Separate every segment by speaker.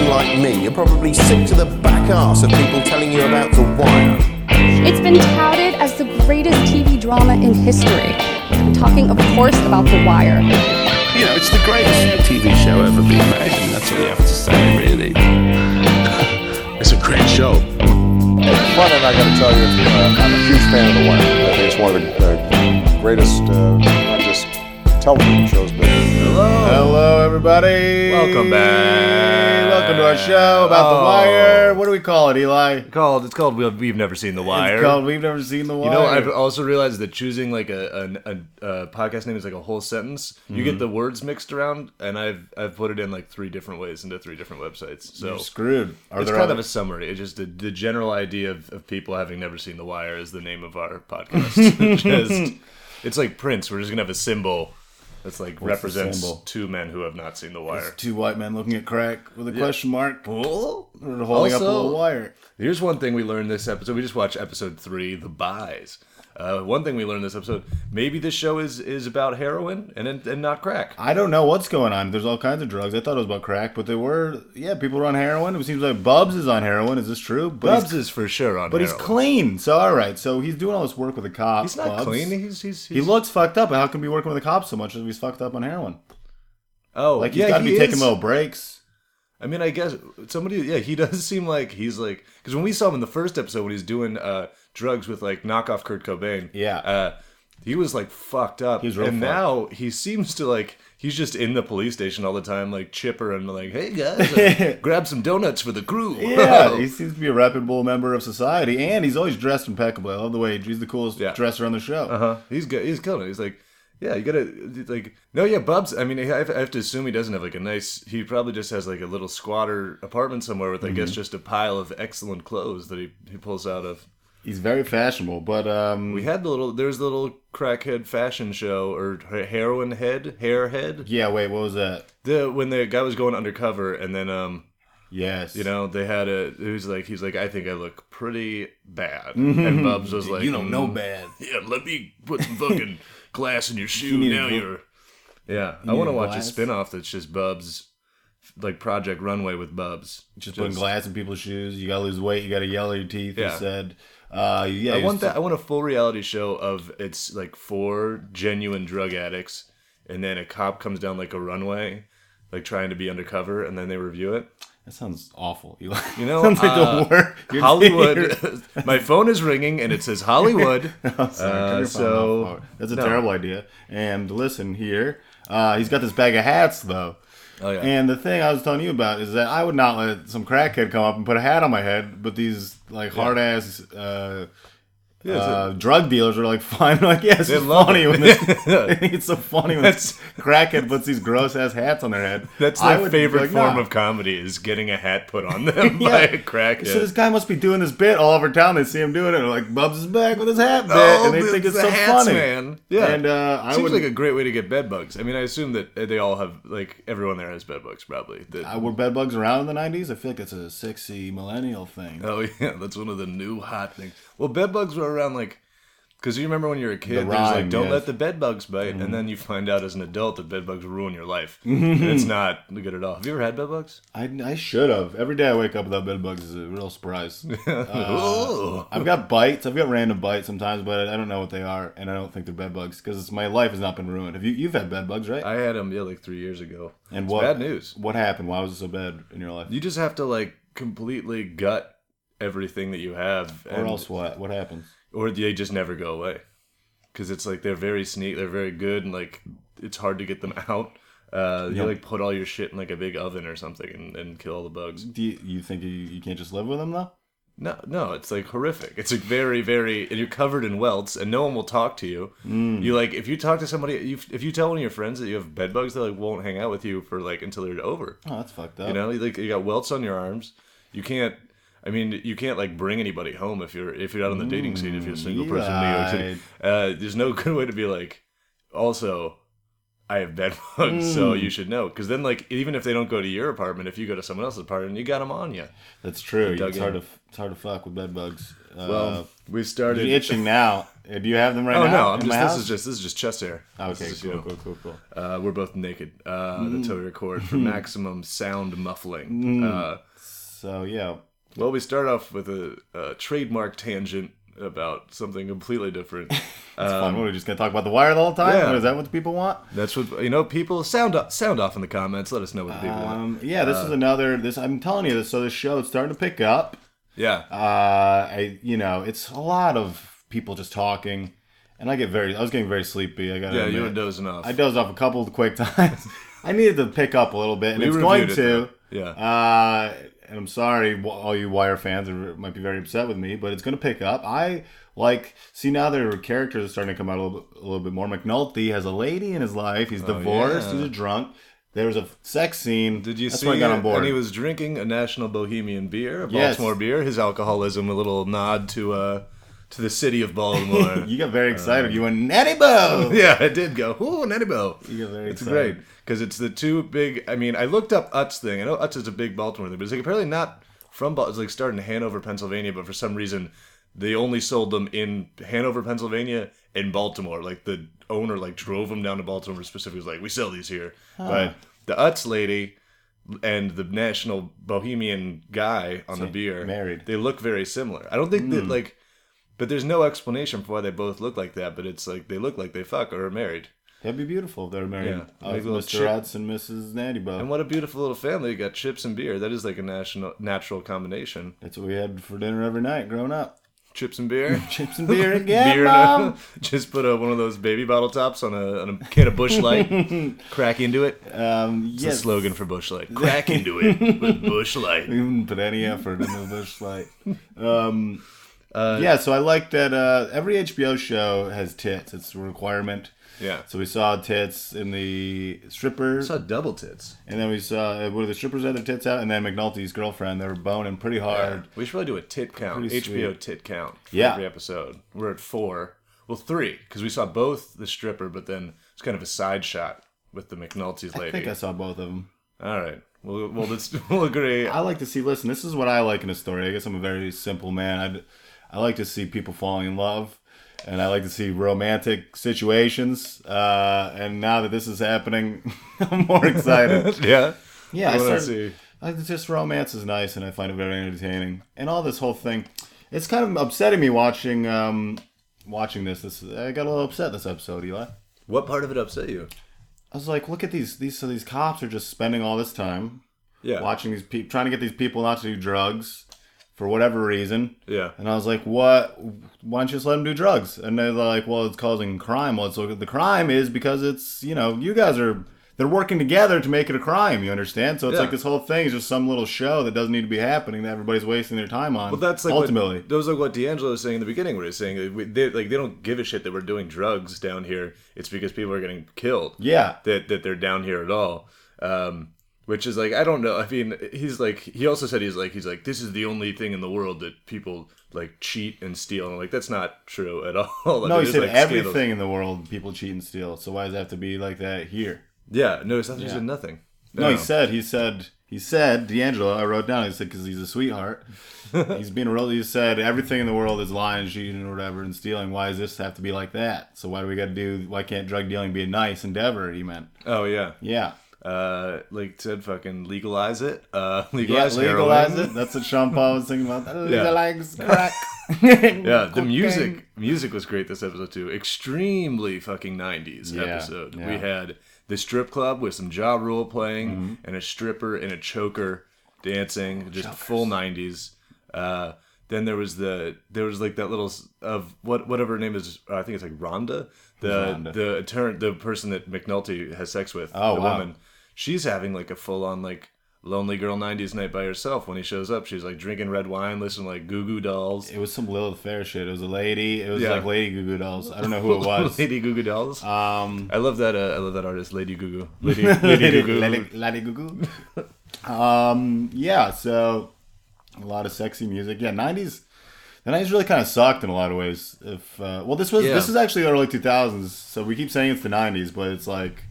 Speaker 1: You're probably sick to the back arse of people telling you about The Wire.
Speaker 2: It's been touted as the greatest TV drama in history. I'm talking, of course, about The Wire.
Speaker 3: You know, it's the greatest TV show ever been made, and that's all you have to say, really. it's a great show.
Speaker 4: Fun, and I got to tell you, uh, I'm a huge fan of The Wire. I think it's one of the uh, greatest, uh, not just television shows, but
Speaker 5: Hello, everybody.
Speaker 6: Welcome back.
Speaker 5: Welcome to our show about
Speaker 6: Oh.
Speaker 5: the wire. What do we call it, Eli?
Speaker 6: called it's called we've, we've never seen the wire
Speaker 5: It's called We've Never Seen the Wire.
Speaker 6: you know i've also realized that choosing like a, a, a, a podcast name is like a whole sentence you
Speaker 5: Mm-hmm.
Speaker 6: get the words mixed around and i've i've put it in like three different ways into three different websites so
Speaker 5: You're screwed. Are
Speaker 6: it's
Speaker 5: there
Speaker 6: kind
Speaker 5: other-
Speaker 6: of a summary. It's just the, the general idea of, of people having never seen The Wire is the name of our podcast. just, it's like Prince. We're just gonna have a symbol that's like represents
Speaker 5: symbol?
Speaker 6: two men who have not seen The Wire.
Speaker 5: two white men looking at crack with a question mark,
Speaker 6: Well,
Speaker 5: They're holding up a
Speaker 6: also-
Speaker 5: little wire.
Speaker 6: Here's one thing we learned this episode. We just watched episode three, the buys. Uh, one thing we learned this episode: maybe this show is is about heroin and and, and not crack.
Speaker 5: I don't know what's going on. There's all kinds of drugs. I thought it was about crack, but there were yeah, people are on heroin. It seems like Bubs is on heroin. Is this true? But
Speaker 6: Bubs
Speaker 5: he's,
Speaker 6: is for sure on.
Speaker 5: but he's
Speaker 6: heroin.
Speaker 5: clean. So all right. So he's doing all this work with the cops.
Speaker 6: He's not
Speaker 5: Bubs.
Speaker 6: clean. He's he's, he's
Speaker 5: He looks fucked up. How can he be working with the cops so much if he's fucked up on heroin?
Speaker 6: oh
Speaker 5: Like he's
Speaker 6: yeah,
Speaker 5: got to
Speaker 6: he
Speaker 5: be taking
Speaker 6: is.
Speaker 5: little breaks.
Speaker 6: I mean, I guess somebody. Yeah, he does seem like he's like because when we saw him in the first episode when he's doing uh, drugs with like knockoff Kurt Cobain.
Speaker 5: Yeah.
Speaker 6: Uh, he was like fucked up.
Speaker 5: He was real
Speaker 6: and
Speaker 5: fucked.
Speaker 6: now he seems to like he's just in the police station all the time, like chipper and like, hey guys, uh, grab some donuts for the crew.
Speaker 5: Yeah, he seems to be a reputable member of society, and he's always dressed impeccably. I love the way he's the coolest
Speaker 6: Yeah.
Speaker 5: dresser on the show.
Speaker 6: Uh-huh. He's good. He's killing it. He's like, yeah, you gotta like, no, yeah, Bubs. I mean, I have, I have to assume he doesn't have like a nice. He probably just has like a little squatter apartment somewhere with, I guess,
Speaker 5: Mm-hmm.
Speaker 6: just a pile of excellent clothes that he, he pulls out of.
Speaker 5: He's very fashionable, but um,
Speaker 6: We had the little. There's the little crackhead fashion show or he- heroin head, hair head.
Speaker 5: yeah. Wait, what was that?
Speaker 6: The when the guy was going undercover and then um
Speaker 5: Yes,
Speaker 6: You know, they had a. It was like he's like, I think I look pretty bad, and Bubs was like,
Speaker 5: you don't know
Speaker 6: "Mm,
Speaker 5: bad.
Speaker 6: Yeah, let me put some fucking glass in your shoe.
Speaker 5: need a
Speaker 6: now
Speaker 5: gl-
Speaker 6: you're. Yeah, I want
Speaker 5: need a
Speaker 6: to watch
Speaker 5: glass?
Speaker 6: a spinoff that's just Bubs, like Project Runway with Bubs.
Speaker 5: just putting glass in people's shoes. You gotta lose weight. You gotta yell at your teeth.
Speaker 6: Yeah.
Speaker 5: He said, uh, "Yeah,
Speaker 6: I
Speaker 5: he
Speaker 6: want
Speaker 5: was-
Speaker 6: that. I want a full reality show of it's like four genuine drug addicts, and then a cop comes down like a runway, like trying to be undercover, and then they review it.
Speaker 5: That sounds awful. Eli.
Speaker 6: You know,
Speaker 5: sounds like
Speaker 6: uh,
Speaker 5: the worst. You're-
Speaker 6: Hollywood. My phone is ringing and it says Hollywood.
Speaker 5: I'm sorry, turn
Speaker 6: Uh,
Speaker 5: your phone
Speaker 6: so-
Speaker 5: off. that's a
Speaker 6: no.
Speaker 5: terrible idea. And listen here, uh, he's got this bag of hats though.
Speaker 6: Oh, yeah.
Speaker 5: And the thing I was telling you about is that I would not let some crackhead come up and put a hat on my head, but these like hard ass uh,
Speaker 6: it's a-
Speaker 5: uh, drug dealers are like fine, like yeah, it's
Speaker 6: They
Speaker 5: just
Speaker 6: love
Speaker 5: funny
Speaker 6: it.
Speaker 5: when this,
Speaker 6: Yeah.
Speaker 5: it's so funny when
Speaker 6: That's-
Speaker 5: this crackhead puts these gross ass hats on their head.
Speaker 6: That's
Speaker 5: I
Speaker 6: my
Speaker 5: would be
Speaker 6: favorite
Speaker 5: like,
Speaker 6: form
Speaker 5: "Nah."
Speaker 6: of comedy is getting a hat put on them by a crackhead.
Speaker 5: So this guy must be doing this bit all over town. They see him doing it, and they're like Bubs is back with his hat bit,
Speaker 6: Oh,
Speaker 5: and they
Speaker 6: the-
Speaker 5: think it's
Speaker 6: the
Speaker 5: so
Speaker 6: hats,
Speaker 5: funny.
Speaker 6: man. Yeah,
Speaker 5: and uh, I
Speaker 6: seems
Speaker 5: would
Speaker 6: like a great way to get bed bugs. I mean, I assume that they all have like everyone there has bed bugs probably. That-
Speaker 5: Uh, were bed bugs around in the 90s? I feel like it's a sexy millennial thing.
Speaker 6: oh yeah, that's one of the new hot things. Well, bed bugs were around like. Because you remember when you were a kid,
Speaker 5: The
Speaker 6: there's
Speaker 5: rhyme, Mm-hmm.
Speaker 6: like, don't
Speaker 5: yes.
Speaker 6: let the bed bugs bite. And then you find out as an adult that bed bugs ruin your life. and it's not good at all. Have you ever had bed bugs?
Speaker 5: I, I should have. Every day I wake up without bed bugs is a real surprise. Uh, I've got bites. I've got random bites sometimes, but I don't know what they are, and I don't think they're bed bugs because my life has not been ruined. Have you? You've had bed bugs, right?
Speaker 6: I had them, yeah, like three years ago.
Speaker 5: and
Speaker 6: It's
Speaker 5: what?
Speaker 6: Bad news.
Speaker 5: What happened? Why was it so bad in your life?
Speaker 6: You just have to like completely gut everything that you have,
Speaker 5: or else what? What happens?
Speaker 6: or they just never go away. Because it's like they're very sneak, they're very good, and like it's hard to get them out. Uh,
Speaker 5: Yeah.
Speaker 6: You like put all your shit in like a big oven or something and, and kill all the bugs.
Speaker 5: Do you, you think you, you can't just live with them though?
Speaker 6: No, no, it's like horrific. It's like very, very, and you're covered in welts, and no one will talk to you. You like if you talk to somebody, you, if you tell one of your friends that you have bed bugs, they like won't hang out with you for like until they're over.
Speaker 5: Oh, that's fucked up.
Speaker 6: You know, you, like you got welts on your arms. You can't. I mean, you can't like bring anybody home if you're if you're out on the dating scene if you're
Speaker 5: Mm,
Speaker 6: a single person in New York City. Uh, there's no good way to be like. Also, I have bed bugs, so
Speaker 5: Mm.
Speaker 6: you should know. Because then, like, even if they don't go to your apartment, if you go to someone else's apartment, you got them on
Speaker 5: Uh,
Speaker 6: you.
Speaker 5: that's true.
Speaker 6: dug
Speaker 5: It's hard
Speaker 6: in.
Speaker 5: to it's hard to fuck with bed bugs. Uh,
Speaker 6: Well, we've started.
Speaker 5: you're itching now. Uh, Do you have them right
Speaker 6: oh
Speaker 5: now?
Speaker 6: no! I'm
Speaker 5: in
Speaker 6: just.
Speaker 5: my
Speaker 6: This
Speaker 5: house?
Speaker 6: is just. This is just chest hair. This
Speaker 5: Okay,
Speaker 6: is, you
Speaker 5: cool, Mm.
Speaker 6: know,
Speaker 5: cool, cool, cool.
Speaker 6: Uh,
Speaker 5: Mm.
Speaker 6: we're both naked. Uh, That's how we record for maximum sound muffling. Uh,
Speaker 5: So yeah,
Speaker 6: Well, we start off with a, a trademark tangent about something completely different. Uh,
Speaker 5: it's fun. What, are we just gonna talk about the wire the whole time?
Speaker 6: Um, yeah.
Speaker 5: What, is that what the people want?
Speaker 6: That's what you know. People sound off, sound off in the comments. Let us know what the people want.
Speaker 5: Um, yeah,
Speaker 6: Uh,
Speaker 5: this is another. This I'm telling you this. So this show it's starting to pick up.
Speaker 6: Yeah,
Speaker 5: Uh, I you know it's a lot of people just talking, and I get very. I was getting very sleepy. I got
Speaker 6: yeah, you were dozing off.
Speaker 5: I dozed off a couple of quick times. I needed to pick up a little bit, and
Speaker 6: We
Speaker 5: it's going
Speaker 6: reviewed
Speaker 5: to.
Speaker 6: it, though. Yeah.
Speaker 5: Uh, and I'm sorry, wh- all you Wire fans are, might be very upset with me, but it's going to pick up. I like see now their characters are starting to come out a little, bit- a little bit more. McNulty has a lady in his life. He's divorced.
Speaker 6: Oh, yeah.
Speaker 5: He's a drunk. There was a sex scene.
Speaker 6: Did you
Speaker 5: That's
Speaker 6: see?
Speaker 5: when I got on board.
Speaker 6: And he was drinking a National Bohemian beer, a
Speaker 5: Yes.
Speaker 6: Baltimore beer. His alcoholism, a little nod to uh to the city of Baltimore.
Speaker 5: you got very excited. you went Natty Bo.
Speaker 6: Um, yeah, I did go. Ooh, an Bo.
Speaker 5: got very
Speaker 6: It's
Speaker 5: excited.
Speaker 6: great because it's the two big. I mean, I looked up Utz thing. I know Utz is a big Baltimore thing, but it's like apparently not from Baltimore. It's like started in Hanover, Pennsylvania, but for some reason they only sold them in Hanover, Pennsylvania, and Baltimore. Like the owner like drove them down to Baltimore specifically. Was like, we sell these here. But the Utz lady and the national bohemian guy on the beer
Speaker 5: married. Hmm.
Speaker 6: They look very similar. I don't think that like. But there's no explanation for why they both look like that. But it's like they look like they fuck or are married.
Speaker 5: That'd be beautiful if they were married.
Speaker 6: Yeah.
Speaker 5: Uh,
Speaker 6: Make a little
Speaker 5: Mr.
Speaker 6: chip.
Speaker 5: Utz and Mrs. Natty Bo.
Speaker 6: And what a beautiful little family! You got chips and beer. That is like a national natural combination.
Speaker 5: That's what we had for dinner every night growing up.
Speaker 6: Chips and beer.
Speaker 5: Chips and beer again,
Speaker 6: Beer and a-
Speaker 5: Mom.
Speaker 6: just put a, one of those baby bottle tops on a, on a can of Bush Light, crack into it.
Speaker 5: Um,
Speaker 6: It's the
Speaker 5: yes.
Speaker 6: slogan for Bush Light. Crack into it with Bush Light.
Speaker 5: We didn't put any effort into this, like, um, yeah. So I like that uh, every HBO show has tits; it's a requirement.
Speaker 6: Yeah.
Speaker 5: So we saw tits in the stripper,
Speaker 6: I saw double tits.
Speaker 5: and then we saw uh, what are the strippers had their tits out, and then McNulty's girlfriend. They were boning pretty hard.
Speaker 6: We should probably do a tit count.
Speaker 5: Pretty
Speaker 6: HBO tit count. For
Speaker 5: Yeah.
Speaker 6: Every episode. We're at four. Well, three because we saw both the stripper, but then it's kind of a side shot with the McNulty's lady.
Speaker 5: I think I saw both of them.
Speaker 6: All right. We'll we'll, just, we'll agree.
Speaker 5: I like to see. Listen, this is what I like in a story. I guess I'm a very simple man. I I like to see people falling in love, and I like to see romantic situations. Uh, and now that this is happening, I'm more excited.
Speaker 6: yeah.
Speaker 5: yeah, I
Speaker 6: I wanna
Speaker 5: started.
Speaker 6: see.
Speaker 5: I just romance is nice, and I find it very entertaining. And all this whole thing, it's kind of upsetting me watching um, watching this. This I got a little upset this episode, Eli.
Speaker 6: What part of it upset you?
Speaker 5: I was like, look at these these so these cops are just spending all this time
Speaker 6: Yeah.
Speaker 5: watching these people trying to get these people not to do drugs for whatever reason
Speaker 6: Yeah.
Speaker 5: and i was like what why don't you just let them do drugs and they're like well it's causing crime well it's the crime is because it's you know you guys are they're working together to make it a crime you understand so it's
Speaker 6: Yeah.
Speaker 5: like this whole thing is just some little show that doesn't need to be happening that everybody's wasting their time on
Speaker 6: Well, that's like
Speaker 5: ultimately
Speaker 6: What, that was like what D'Angelo was saying in the beginning, where he's saying like, we- they, like they don't give a shit that we're doing drugs down here. It's because people are getting killed.
Speaker 5: yeah
Speaker 6: That that they're down here at all. Um, which is like I don't know. I mean, he's like he also said he's like he's like this is the only thing in the world that people like cheat and steal. And I'm like that's not true at all. Like,
Speaker 5: no he
Speaker 6: it is,
Speaker 5: said
Speaker 6: like,
Speaker 5: everything
Speaker 6: scandals.
Speaker 5: in the world people cheat and steal so why does it have to be like that here
Speaker 6: Yeah. No, it's not, he said nothing. Oh.
Speaker 5: No, he said, he said, he said, D'Angelo, I wrote down, he said, because he's a sweetheart. he's being real. He said, everything in the world is lying, cheating, or whatever, and stealing. Why does this have to be like that? So why do we got to do, why can't drug dealing be a nice endeavor, he meant.
Speaker 6: Oh yeah.
Speaker 5: Yeah.
Speaker 6: Uh, like said, fucking legalize it. Uh,
Speaker 5: Yeah,
Speaker 6: legalize,
Speaker 5: legalize
Speaker 6: heroin.
Speaker 5: it. That's what Sean Paul was thinking about. Legalize crack.
Speaker 6: Yeah, the music music was great this episode too. Extremely fucking nineties
Speaker 5: Yeah,
Speaker 6: episode.
Speaker 5: yeah. Mm-hmm.
Speaker 6: We had the strip club with some jaw rule playing and a stripper and a choker dancing, just full nineties. Uh, then there was the there was like that little s- of what whatever her name is. I think it's like Rhonda, the
Speaker 5: Rhonda.
Speaker 6: the attorney, the person that McNulty has sex with.
Speaker 5: Oh,
Speaker 6: the
Speaker 5: wow.
Speaker 6: woman. She's having like a full on like. Lonely girl '90s night by herself. When he shows up, she's like drinking red wine, listening to like Goo Goo Dolls.
Speaker 5: It was some Lilith Fair shit. It was a lady. It was
Speaker 6: Yeah.
Speaker 5: like Lady Goo Goo Dolls. I don't know who it was.
Speaker 6: Lady Goo Goo Dolls.
Speaker 5: Um,
Speaker 6: I love that. Uh, I love that artist, Lady Goo Goo. Lady, Lady Goo Goo.
Speaker 5: Lady- Lady Goo Goo. um, yeah, so a lot of sexy music. Yeah, nineties. The nineties really kind of sucked in a lot of ways. If uh, well, this was
Speaker 6: Yeah.
Speaker 5: this is actually the early two thousands. So we keep saying it's the nineties, but it's like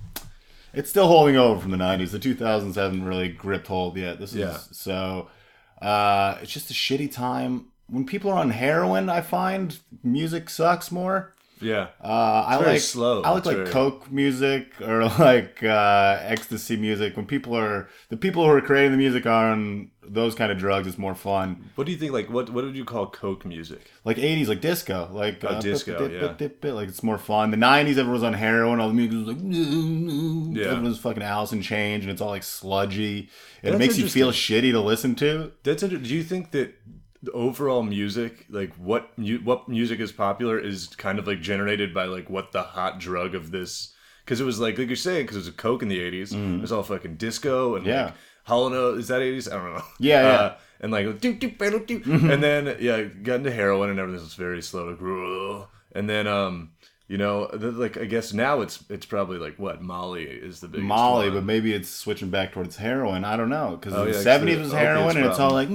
Speaker 5: it's still holding over from the nineties. The two thousands haven't really gripped hold yet. This is
Speaker 6: Yeah.
Speaker 5: so. Uh, it's just a shitty time when people are on heroin. I find music sucks more.
Speaker 6: Yeah.
Speaker 5: Uh, I
Speaker 6: very
Speaker 5: like
Speaker 6: slow.
Speaker 5: I like
Speaker 6: It's
Speaker 5: like
Speaker 6: very-
Speaker 5: coke music or like uh, ecstasy music. When people are the people who are creating the music are on those kind of drugs, it's more fun.
Speaker 6: What do you think? Like, what what would you call coke music?
Speaker 5: Like '80s, like disco, like uh,
Speaker 6: Oh, disco,
Speaker 5: bit, bit,
Speaker 6: yeah.
Speaker 5: bit, bit, bit, like it's more fun. The '90s, everyone's on heroin. All the music was like,
Speaker 6: Yeah.
Speaker 5: everyone's fucking Alice in Change, and it's all like sludgy. And
Speaker 6: That's
Speaker 5: it makes you feel shitty to listen to.
Speaker 6: That's inter- do you think that the overall music, like what mu- what music is popular, is kind of like generated by like what the hot drug of this? Because it was like like you're saying, because it was a coke in the '80s, it was all fucking disco and
Speaker 5: Mm-hmm. Yeah.
Speaker 6: like Hollow Note. Is that '80s? I don't know.
Speaker 5: Yeah, Mm-hmm. yeah.
Speaker 6: Uh, and like do do do do, and then yeah, got into heroin and everything was very slow, like "Ugh." and then um. You know, th- like I guess now it's it's probably like what Molly is the biggest
Speaker 5: Molly,
Speaker 6: one.
Speaker 5: but maybe it's switching back towards heroin. I don't know because
Speaker 6: Oh, yeah,
Speaker 5: the
Speaker 6: 'cause
Speaker 5: seventies
Speaker 6: the
Speaker 5: was
Speaker 6: opiates
Speaker 5: heroin, and it's all like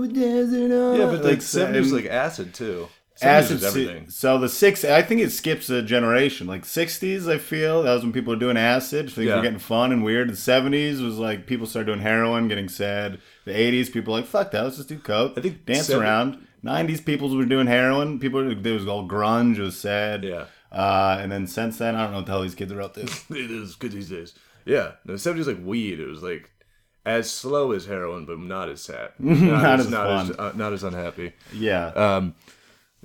Speaker 5: yeah,
Speaker 6: yeah, but like seventies like acid too. 70s
Speaker 5: um, acid.
Speaker 6: was everything.
Speaker 5: So the six, I think it skips a generation. Like sixties, I feel that was when people were doing acid. Things
Speaker 6: Yeah.
Speaker 5: were getting fun and weird. The seventies was like people started doing heroin, getting sad. The eighties, people were like fuck that, let's just do coke.
Speaker 6: I think
Speaker 5: dance
Speaker 6: seven-
Speaker 5: around. Nineties, people were doing heroin. People, were- there was all grunge, it was sad.
Speaker 6: Yeah.
Speaker 5: Uh, and then since then, I don't know what the hell these kids are up to.
Speaker 6: it is good these days. Yeah, no, the seventies like weed. It was like as slow as heroin, but not as sad, not,
Speaker 5: Not as
Speaker 6: not
Speaker 5: fun.
Speaker 6: as uh, not as unhappy. Um,
Speaker 5: Yeah.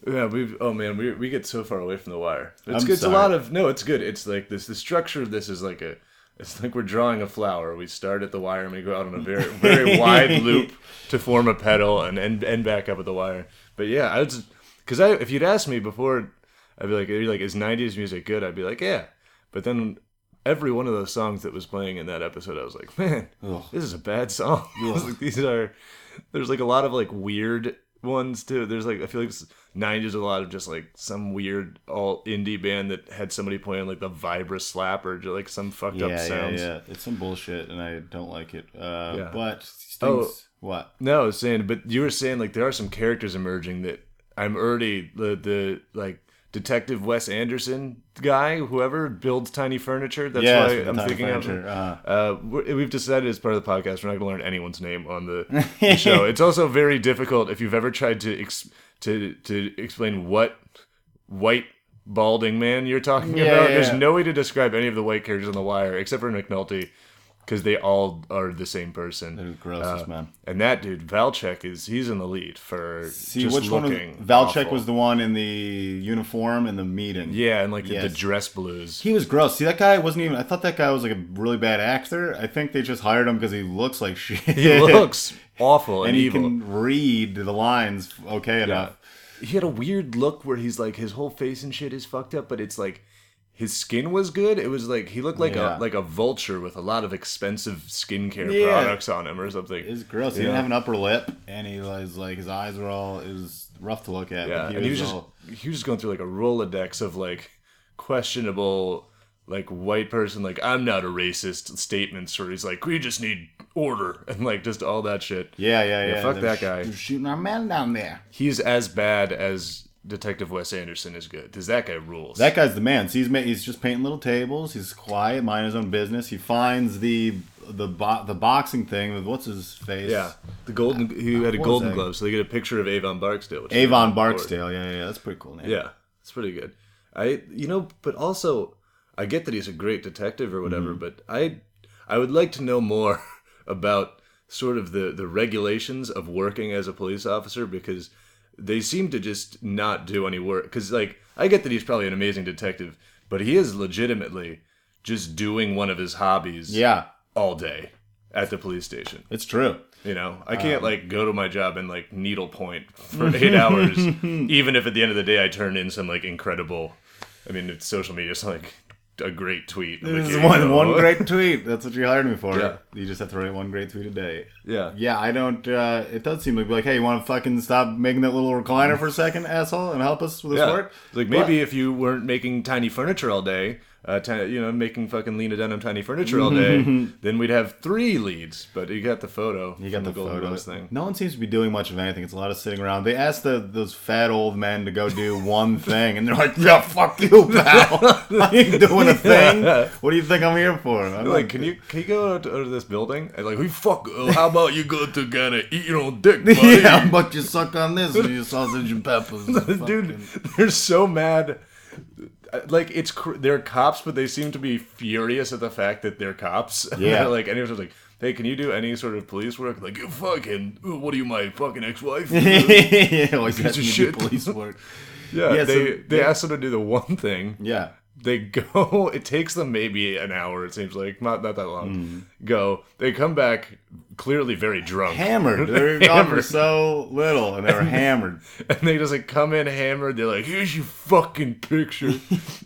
Speaker 6: Yeah, we oh man, we we get so far away from the wire. It's
Speaker 5: I'm
Speaker 6: good. It's a
Speaker 5: sorry.
Speaker 6: lot of no. It's good. It's like this. The structure of this is like a. It's like we're drawing a flower. We start at the wire and we go out on a very very wide loop to form a petal and end end back up at the wire. But yeah, I was because I if you'd asked me before, I'd be like, are you like is '90s music good? I'd be like, yeah. But then every one of those songs that was playing in that episode, I was like, man, this is a bad song. I was like, these are there's like a lot of like weird ones too. There's like I feel like nineties a lot of just like some weird all indie band that had somebody playing like the vibra slap or just, like some fucked up sounds.
Speaker 5: Yeah, yeah, it's some bullshit, and I don't like it. Uh,
Speaker 6: Yeah.
Speaker 5: But things,
Speaker 6: Oh.
Speaker 5: what?
Speaker 6: No, I was saying, but you were saying like there are some characters emerging that I'm already the the like Detective Wes Anderson guy, whoever builds tiny furniture. That's
Speaker 5: Yeah,
Speaker 6: why
Speaker 5: it's
Speaker 6: I'm
Speaker 5: tiny
Speaker 6: thinking of.
Speaker 5: furniture, uh-huh.
Speaker 6: Uh, we're- we've decided as part of the podcast, we're not going to learn anyone's name on the, the show. It's also very difficult if you've ever tried to ex- to to explain what white balding man you're talking
Speaker 5: Yeah,
Speaker 6: about.
Speaker 5: yeah,
Speaker 6: There's
Speaker 5: yeah.
Speaker 6: no way to describe any of the white characters on The Wire except for McNulty, because they all are the same person.
Speaker 5: They're the
Speaker 6: Uh,
Speaker 5: grossest, man.
Speaker 6: And that dude Valchek is he's in the lead for
Speaker 5: See
Speaker 6: just
Speaker 5: which one? Was,
Speaker 6: looking
Speaker 5: Valchek
Speaker 6: awful.
Speaker 5: was the one in the uniform and the meeting.
Speaker 6: yeah, and like the- the,
Speaker 5: Yes.
Speaker 6: dress blues.
Speaker 5: He was gross. See, that guy wasn't even. I thought that guy was like a really bad actor. I think they just hired him because he looks like shit.
Speaker 6: He looks awful and,
Speaker 5: and he
Speaker 6: evil.
Speaker 5: can read the lines okay enough.
Speaker 6: He had a weird look where he's like his whole face and shit is fucked up, but it's like his skin was good. It was like he looked like
Speaker 5: Yeah.
Speaker 6: a like a vulture with a lot of expensive skincare
Speaker 5: Yeah.
Speaker 6: products on him or something.
Speaker 5: It's gross. He
Speaker 6: Yeah.
Speaker 5: didn't have an upper lip, and he was like his eyes were all. It was rough to look at.
Speaker 6: Yeah,
Speaker 5: but
Speaker 6: and he was just
Speaker 5: all-
Speaker 6: he was just going through like a rolodex of like questionable like white person like I'm not a racist statements where he's like we just need order and like just all that shit.
Speaker 5: Yeah, yeah, yeah.
Speaker 6: fuck
Speaker 5: They're
Speaker 6: that
Speaker 5: sh-
Speaker 6: guy.
Speaker 5: they're shooting our man down there.
Speaker 6: He's as bad as Detective Wes Anderson is good because that guy rules.
Speaker 5: That guy's the man. So he's ma- he's just painting little tables. He's quiet, mind his own business. He finds the the bo- the boxing thing with what's his face.
Speaker 6: yeah, the golden he had
Speaker 5: What
Speaker 6: a
Speaker 5: was
Speaker 6: golden
Speaker 5: that?
Speaker 6: glove, so they get a picture of Avon Barksdale. Which is
Speaker 5: Avon
Speaker 6: really important.
Speaker 5: Barksdale. Yeah, yeah, yeah. that's a pretty cool name.
Speaker 6: Yeah, it's pretty good. I you know, but also I get that he's a great detective or whatever, but I I would like to know more about sort of the the regulations of working as a police officer because they seem to just not do any work cuz like I get that he's probably an amazing detective, but he is legitimately just doing one of his hobbies
Speaker 5: yeah,
Speaker 6: all day at the police station.
Speaker 5: it's true.
Speaker 6: You know, I
Speaker 5: Um,
Speaker 6: can't like go to my job and like needlepoint for eight hours, even if at the end of the day I turn in some like incredible. I mean, it's social media. It's like a great tweet.
Speaker 5: This
Speaker 6: Like,
Speaker 5: is
Speaker 6: you
Speaker 5: one
Speaker 6: know.
Speaker 5: one great tweet. That's what you hired me for.
Speaker 6: Yeah.
Speaker 5: You just have to write one great tweet a day.
Speaker 6: Yeah.
Speaker 5: Yeah, I don't. Uh, it does seem like like, hey, you want to fucking stop making that little recliner for a second, asshole, and help us with this
Speaker 6: Yeah.
Speaker 5: work?
Speaker 6: It's Like maybe if you weren't making tiny furniture all day, uh, ti- you know, making fucking Lena Dunham tiny furniture all day, then we'd have three leads. But you got the photo.
Speaker 5: You got
Speaker 6: from
Speaker 5: the,
Speaker 6: Golden
Speaker 5: photo.
Speaker 6: Globes thing.
Speaker 5: No one seems to be doing much of anything. It's a lot of sitting around. They asked the, those fat old men to go do one thing, and they're like, "Yeah, fuck you, pal. I ain't doing a thing. What do you think I'm here for?" I'm
Speaker 6: They're Like, can you can you go out to, out to this building? And like, we fuck. oh, how about you go to Ghana, eat your own dick, buddy?
Speaker 5: yeah, but you suck on this with your sausage and peppers,
Speaker 6: dude
Speaker 5: Fucking-
Speaker 6: they're so mad like it's cr- they're cops but they seem to be furious at the fact that they're cops
Speaker 5: Yeah.
Speaker 6: like anyone's just like hey can you do any sort of police work like you fucking what are you my fucking ex-wife yeah
Speaker 5: yeah, always asking
Speaker 6: Piece of
Speaker 5: you to
Speaker 6: shit.
Speaker 5: police work.
Speaker 6: they
Speaker 5: Yeah, so-
Speaker 6: they ask them to do the one thing
Speaker 5: Yeah,
Speaker 6: they go it takes them maybe an hour it seems like not not that long
Speaker 5: Mm-hmm.
Speaker 6: go they come back clearly very drunk
Speaker 5: hammered. They're gone for so little, and they were hammered.
Speaker 6: And they just like come in hammered. They're like, "Here's your fucking picture,"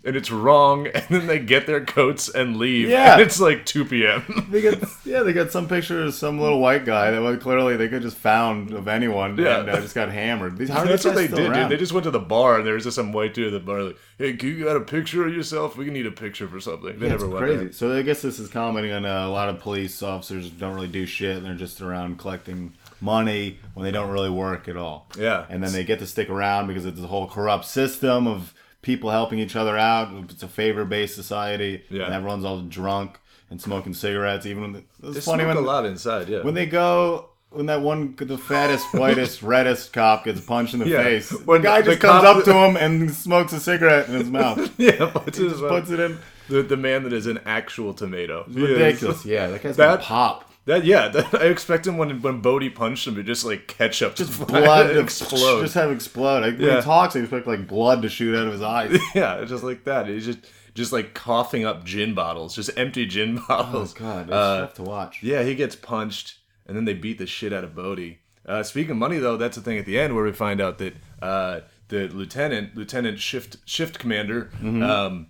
Speaker 6: and it's wrong. And then they get their coats and leave.
Speaker 5: Yeah.
Speaker 6: and it's like 2 p.m.
Speaker 5: They got yeah, they got some picture of some little white guy that was clearly they could just found of anyone
Speaker 6: Yeah.
Speaker 5: and uh, just got hammered. These, how are
Speaker 6: That's
Speaker 5: these
Speaker 6: what they
Speaker 5: guys still
Speaker 6: did,
Speaker 5: around?
Speaker 6: dude. They just went to the bar and there was just some white dude at the bar like, "Hey, can you got a picture of yourself? We need a picture for something." They
Speaker 5: Yeah,
Speaker 6: never
Speaker 5: it's
Speaker 6: went.
Speaker 5: crazy.
Speaker 6: there.
Speaker 5: So I guess this is commenting on uh, a lot of police officers don't really do shit. and They're just around collecting money when they don't really work at all.
Speaker 6: Yeah.
Speaker 5: and then they get to stick around because it's a whole corrupt system of people helping each other out. It's a favor-based society.
Speaker 6: Yeah.
Speaker 5: and everyone's all drunk and smoking cigarettes. Even when it's
Speaker 6: They
Speaker 5: funny
Speaker 6: smoke
Speaker 5: when
Speaker 6: a lot inside. Yeah,
Speaker 5: when they go. When that one, the fattest, whitest, reddest cop gets punched in the
Speaker 6: Yeah.
Speaker 5: face,
Speaker 6: When
Speaker 5: the guy
Speaker 6: the
Speaker 5: just comes
Speaker 6: cop-
Speaker 5: up to him and smokes a cigarette in his mouth,
Speaker 6: yeah, puts, it,
Speaker 5: puts it in.
Speaker 6: The, the man that is an actual tomato. Yeah, it's-
Speaker 5: Ridiculous. Yeah, that guy's gonna
Speaker 6: That-
Speaker 5: pop.
Speaker 6: That yeah, that, I expect him when when Bodhi punched him to just like ketchup, just
Speaker 5: blood explode.
Speaker 6: explode.
Speaker 5: Just have explode. Like, When
Speaker 6: Yeah.
Speaker 5: he talks, I expect like blood to shoot out of his eyes.
Speaker 6: Yeah, it's just like that. He's just just like coughing up gin bottles, just empty gin
Speaker 5: oh
Speaker 6: bottles.
Speaker 5: god, it's
Speaker 6: Uh,
Speaker 5: tough to watch.
Speaker 6: yeah, he gets punched, and then they beat the shit out of Bodhi. Uh, speaking of money, though, that's the thing at the end where we find out that uh, the lieutenant, lieutenant shift shift commander,
Speaker 5: Mm-hmm.
Speaker 6: um,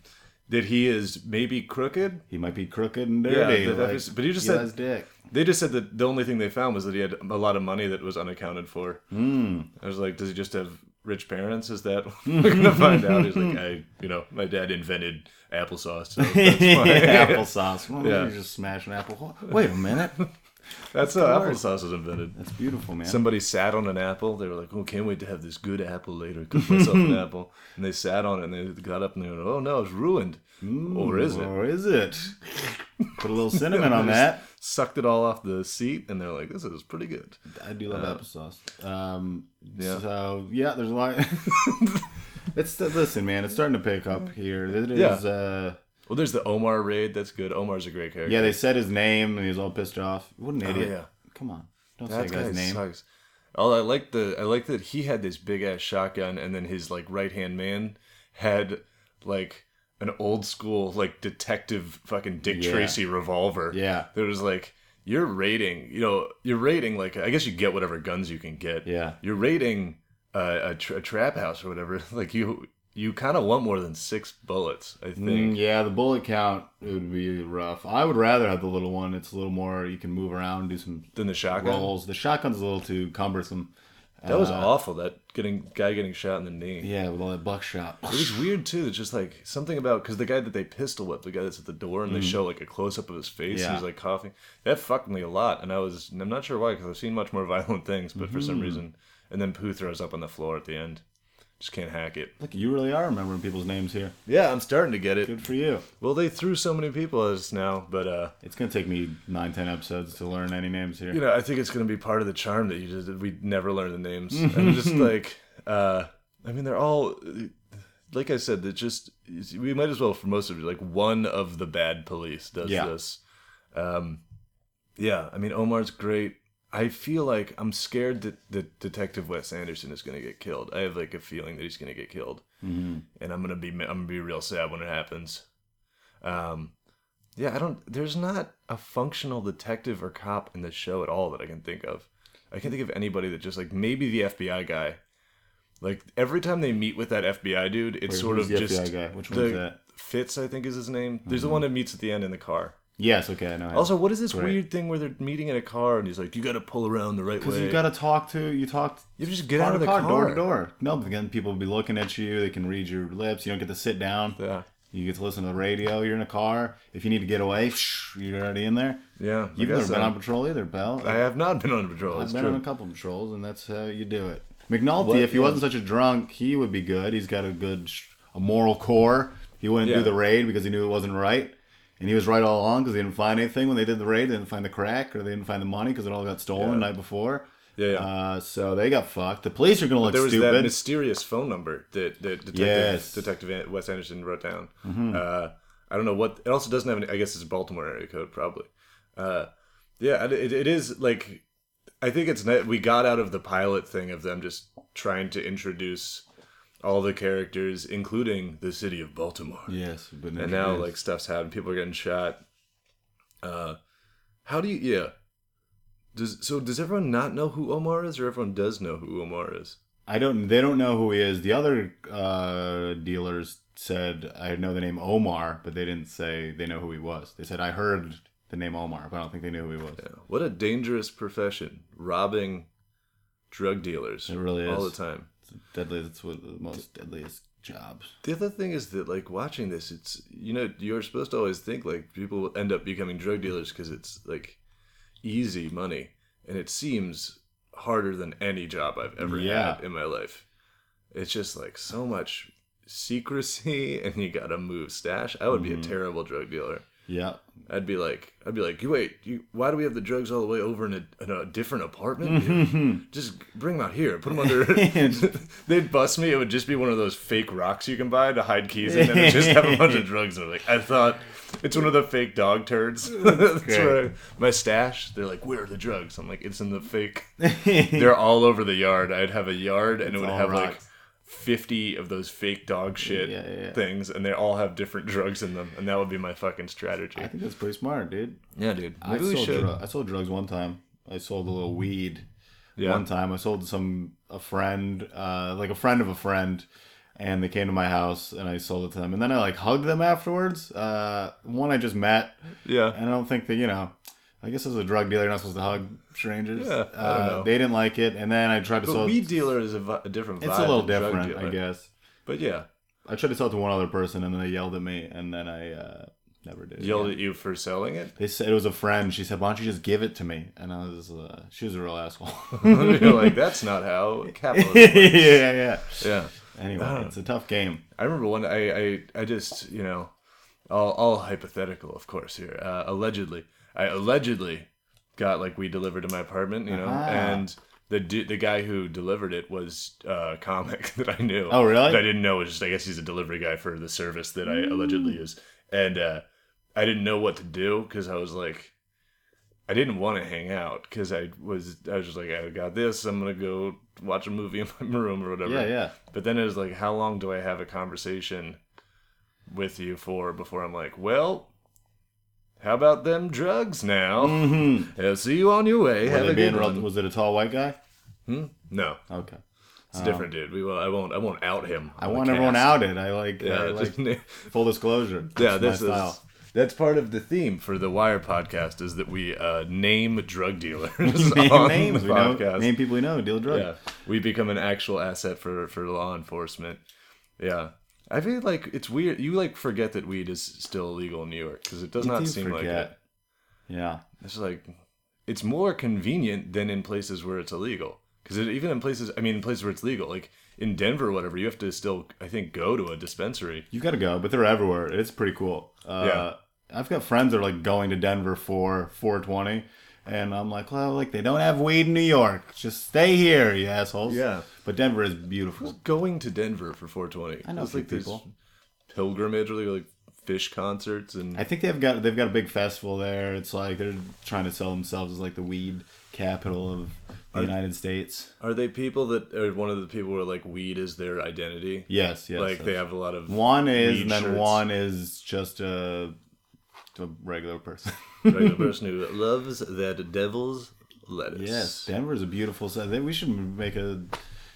Speaker 6: that he is maybe crooked.
Speaker 5: He might be crooked and dirty.
Speaker 6: Yeah, that
Speaker 5: like,
Speaker 6: is- but you just
Speaker 5: he
Speaker 6: said-
Speaker 5: has dick.
Speaker 6: They just said that the only thing they found was that he had a lot of money that was unaccounted for. Mm.
Speaker 5: Hmm.
Speaker 6: I was like, does he just have rich parents? Is that we're gonna find out? He's like, I, you know, my dad invented applesauce. So that's why.
Speaker 5: applesauce. Well,
Speaker 6: Yeah.
Speaker 5: You're just smashing apple. Wait a minute,
Speaker 6: That's how applesauce was invented.
Speaker 5: it's beautiful, man.
Speaker 6: Somebody sat on an apple. They were like, "Oh, can't wait to have this good apple later. Cook myself an apple." And they sat on it and they got up and they were like, "Oh no, it's ruined, or is it?"
Speaker 5: or is it? Put a little cinnamon Hmm. on that.
Speaker 6: Sucked it all off the seat and they're like, "This is pretty good."
Speaker 5: I do love applesauce. Um,
Speaker 6: yeah.
Speaker 5: So Uh, yeah, there's a lot. it's listen, man. It's starting to pick up here. It is.
Speaker 6: Yeah.
Speaker 5: Uh,
Speaker 6: Well, there's the Omar raid. That's good. Omar's a great character.
Speaker 5: Yeah, they said his name and he was all pissed off. What an idiot.
Speaker 6: yeah.
Speaker 5: Come on. Don't say
Speaker 6: That
Speaker 5: a
Speaker 6: guy
Speaker 5: Oh, guy's name.
Speaker 6: sucks. Oh, I like the I like that he had this big ass shotgun, and then his like right hand man had like an old school like detective fucking Dick
Speaker 5: Yeah.
Speaker 6: Tracy revolver.
Speaker 5: Yeah.
Speaker 6: there was like you're raiding. You know, you're raiding. Like I guess you get whatever guns you can get.
Speaker 5: Yeah.
Speaker 6: you're raiding uh, a, tra- a trap house or whatever. Like you you kind of want more than six bullets. I
Speaker 5: Mm,
Speaker 6: think.
Speaker 5: yeah, the bullet count would be rough. I would rather have the little one. It's a little more, you can move around, do some
Speaker 6: Than the shotgun.
Speaker 5: rolls. The shotgun's a little too cumbersome.
Speaker 6: That was
Speaker 5: Uh,
Speaker 6: awful. That getting guy getting shot in the knee.
Speaker 5: Yeah, with all that buckshot.
Speaker 6: It was weird too. It's just like something about because the guy that they pistol whipped, the guy that's at the door, and they show like a close up of his face.
Speaker 5: Mm-hmm. Yeah.
Speaker 6: And he's like coughing. That fucked me a lot, and I was and I'm not sure why because I've seen much more violent things, but for
Speaker 5: Mm-hmm.
Speaker 6: some reason, and then Pooh throws up on the floor at the end. Just can't hack it.
Speaker 5: Look, you really are remembering people's names here.
Speaker 6: Yeah, I'm starting to get it.
Speaker 5: Good for you.
Speaker 6: Well, they threw so many people at us now, but uh,
Speaker 5: It's going to take me nine, ten episodes to learn any names here.
Speaker 6: you know, I think it's gonna be part of the charm that you just that we never learn the names.
Speaker 5: Mm-hmm.
Speaker 6: and just like, uh, I mean, they're all. Like I said, that just we might as well for most of you. Like one of the bad police does
Speaker 5: Yeah.
Speaker 6: this. Um, yeah, I mean Omar's great. I feel like I'm scared that, that Detective Wes Anderson is going to get killed. I have like a feeling that he's going to get killed,
Speaker 5: Mm-hmm.
Speaker 6: and I'm gonna be I'm gonna be real sad when it happens. Um, yeah, I don't. There's not a functional detective or cop in the show at all that I can think of. I can't think of anybody that just like maybe the FBI guy. Like every time they meet with that FBI dude, it's
Speaker 5: Wait,
Speaker 6: sort
Speaker 5: who's
Speaker 6: of
Speaker 5: the
Speaker 6: just
Speaker 5: FBI guy? Which one's
Speaker 6: the-
Speaker 5: that?
Speaker 6: Fitz, I think is his name. There's the one that meets at the end in the car.
Speaker 5: Yes, okay, I know.
Speaker 6: Also, what is this
Speaker 5: Right.
Speaker 6: weird thing where they're meeting in a car and he's like, "You got to pull around the right
Speaker 5: Because
Speaker 6: way."
Speaker 5: you got to talk to, you talked
Speaker 6: You just get
Speaker 5: car
Speaker 6: out of
Speaker 5: to
Speaker 6: the
Speaker 5: car,
Speaker 6: car,
Speaker 5: door to door. No, but then people will be looking at you. They can read your lips. You don't get to sit down.
Speaker 6: Yeah.
Speaker 5: You get to listen to the radio. You're in a car. If you need to get away, you're already in there.
Speaker 6: Yeah, I
Speaker 5: You've
Speaker 6: guess
Speaker 5: never been
Speaker 6: so.
Speaker 5: on patrol either, pal.
Speaker 6: I have not been on patrol.
Speaker 5: I've
Speaker 6: It's
Speaker 5: been
Speaker 6: true.
Speaker 5: on a couple patrols, and that's how you do it. McNulty,
Speaker 6: What?
Speaker 5: if he
Speaker 6: Yeah.
Speaker 5: wasn't such a drunk, he would be good. He's got a good sh- a moral core. He wouldn't
Speaker 6: Yeah.
Speaker 5: do the raid because he knew it wasn't right. And he was right all along because they didn't find anything when they did the raid. They didn't find the crack or they didn't find the money because it all got stolen the
Speaker 6: Yeah.
Speaker 5: night before.
Speaker 6: Yeah, yeah.
Speaker 5: Uh, so they got fucked. The police are going to look
Speaker 6: there was
Speaker 5: stupid.
Speaker 6: that mysterious phone number that, that detective
Speaker 5: Yes. Mm-hmm.
Speaker 6: detective An- Wes Anderson wrote down. Uh, I don't know what it also doesn't have. Any, I guess it's a Baltimore area code probably. Uh, yeah, and it, it is like I think it's net. We got out of the pilot thing of them just trying to introduce all the characters, including the city of Baltimore
Speaker 5: yes. but
Speaker 6: and now like stuff's happening people are getting shot uh how do you yeah does so does everyone not know who omar is or everyone does know who omar is
Speaker 5: I don't. They don't know who he is. The other uh, dealers said, "I know the name Omar," but they didn't say they know who he was. They said, "I heard the name Omar," but I don't think they knew who he was.
Speaker 6: Yeah. what a dangerous profession robbing drug dealers
Speaker 5: It really
Speaker 6: all
Speaker 5: is.
Speaker 6: the time
Speaker 5: Deadly. That's one of the most deadliest jobs.
Speaker 6: the other thing is that like watching this it's you know you're supposed to always think like people will end up becoming drug dealers because it's like easy money and it seems harder than any job i've ever
Speaker 5: Yeah.
Speaker 6: had in my life it's just like so much secrecy and you gotta move stash i would be a
Speaker 5: Mm-hmm.
Speaker 6: terrible drug dealer
Speaker 5: Yeah.
Speaker 6: i'd be like i'd be like you wait you, why do we have the drugs all the way over in a, in a different apartment just bring them out here put them under They'd bust me. It would just be one of those fake rocks you can buy to hide keys in, and it'd just have a bunch of drugs. And like, I thought it's one of the fake dog turds. That's where I, my stash. They're like, where are the drugs? I'm like, it's in the fake. They're all over the yard. I'd have a yard, and it would
Speaker 5: all
Speaker 6: have like.
Speaker 5: rocks.
Speaker 6: 50 of those fake dog shit
Speaker 5: Yeah, yeah, yeah.
Speaker 6: things and they all have different drugs in them and that would be my fucking strategy
Speaker 5: I think that's pretty smart, dude.
Speaker 6: yeah dude
Speaker 5: I sold, dru- I sold drugs one time. I sold a little weed
Speaker 6: Yeah.
Speaker 5: one time. I sold some a friend, uh, like a friend of a friend, and they came to my house and I sold it to them. And then I like hugged them afterwards. Uh, one I just met.
Speaker 6: Yeah.
Speaker 5: And I don't think that you know. I guess as a drug dealer, you're not supposed to hug strangers.
Speaker 6: Yeah, I don't
Speaker 5: uh,
Speaker 6: know.
Speaker 5: They didn't like it, and then I tried to
Speaker 6: but
Speaker 5: sell.
Speaker 6: weed dealer is a, vi- a different vibe
Speaker 5: it's a little
Speaker 6: than drug
Speaker 5: different, I
Speaker 6: dealer.
Speaker 5: guess.
Speaker 6: but yeah
Speaker 5: I tried to sell it to one other person, and then they yelled at me, and then I uh, never did. it
Speaker 6: yelled
Speaker 5: again.
Speaker 6: at you for selling it
Speaker 5: They said it was a friend. She said, "Why don't you just give it to me?" And I was, uh, she was a real asshole.
Speaker 6: You're like, that's not how capitalism
Speaker 5: yeah,
Speaker 6: works.
Speaker 5: yeah, yeah.
Speaker 6: Yeah.
Speaker 5: Anyway, it's a tough game.
Speaker 6: Uh. I remember one, I, I, I just, you know, all, all hypothetical, of course, here. Uh, allegedly, I allegedly got like we delivered to my apartment, you know, and the du- the guy who delivered it was uh, a comic that I knew.
Speaker 5: Oh, really?
Speaker 6: That I didn't know. It was just, I guess he's a delivery guy for the service that I allegedly
Speaker 5: Mm.
Speaker 6: use. And uh, I didn't know what to do because I was like, I didn't want to hang out because I was I was just like I got this I'm gonna go watch a movie in my room or whatever.
Speaker 5: Yeah, yeah.
Speaker 6: But then it was like, how long do I have a conversation with you for before I'm like, well, how about them drugs now? I'll see you on your way.
Speaker 5: Mm-hmm. Were
Speaker 6: have
Speaker 5: they
Speaker 6: a
Speaker 5: being
Speaker 6: good
Speaker 5: real-
Speaker 6: one.
Speaker 5: was it a tall white guy?
Speaker 6: No,
Speaker 5: Okay.
Speaker 6: it's different, dude. We will, I won't. I won't out him.
Speaker 5: Oh. I want everyone outed. I like,
Speaker 6: Yeah,
Speaker 5: I like
Speaker 6: just-
Speaker 5: full disclosure.
Speaker 6: yeah,
Speaker 5: That's
Speaker 6: this
Speaker 5: my style.
Speaker 6: is that's part of the theme for the Wire podcast is that we uh, name drug dealers
Speaker 5: name
Speaker 6: on
Speaker 5: names.
Speaker 6: the
Speaker 5: We know,
Speaker 6: podcast.
Speaker 5: name people we know. Deal drugs.
Speaker 6: yeah, we become an actual asset for for law enforcement. Yeah, I feel like it's weird. You like forget that weed is still illegal in New York because it does
Speaker 5: You
Speaker 6: not
Speaker 5: do
Speaker 6: seem like
Speaker 5: forget.
Speaker 6: it.
Speaker 5: Yeah.
Speaker 6: It's like it's more convenient than in places where it's illegal. Because it, even in places, I mean, in places where it's legal, like in Denver or whatever, you have to still, I think, go to a dispensary.
Speaker 5: You've got to go, but they're everywhere. It's pretty cool. Uh, I've got friends that are like going to Denver for 420, and I'm like, well, like they don't have weed in New York. Just stay here, you assholes.
Speaker 6: Yeah.
Speaker 5: But Denver is beautiful.
Speaker 6: Going to Denver for 420.
Speaker 5: I know a
Speaker 6: It's
Speaker 5: few
Speaker 6: like this
Speaker 5: people.
Speaker 6: pilgrimage, or like fish concerts, and
Speaker 5: I think they've got they've got a big festival there. It's like they're trying to sell themselves as like the weed capital of the United States.
Speaker 6: are they people that are one of the people where like weed is their identity?
Speaker 5: Yes, yes.
Speaker 6: like they
Speaker 5: yes.
Speaker 6: have a lot of
Speaker 5: one is,
Speaker 6: weed
Speaker 5: and then
Speaker 6: shirts.
Speaker 5: one is just a, a regular person.
Speaker 6: regular person who loves that devil's lettuce.
Speaker 5: Yes, Denver's a beautiful set. I think We should make a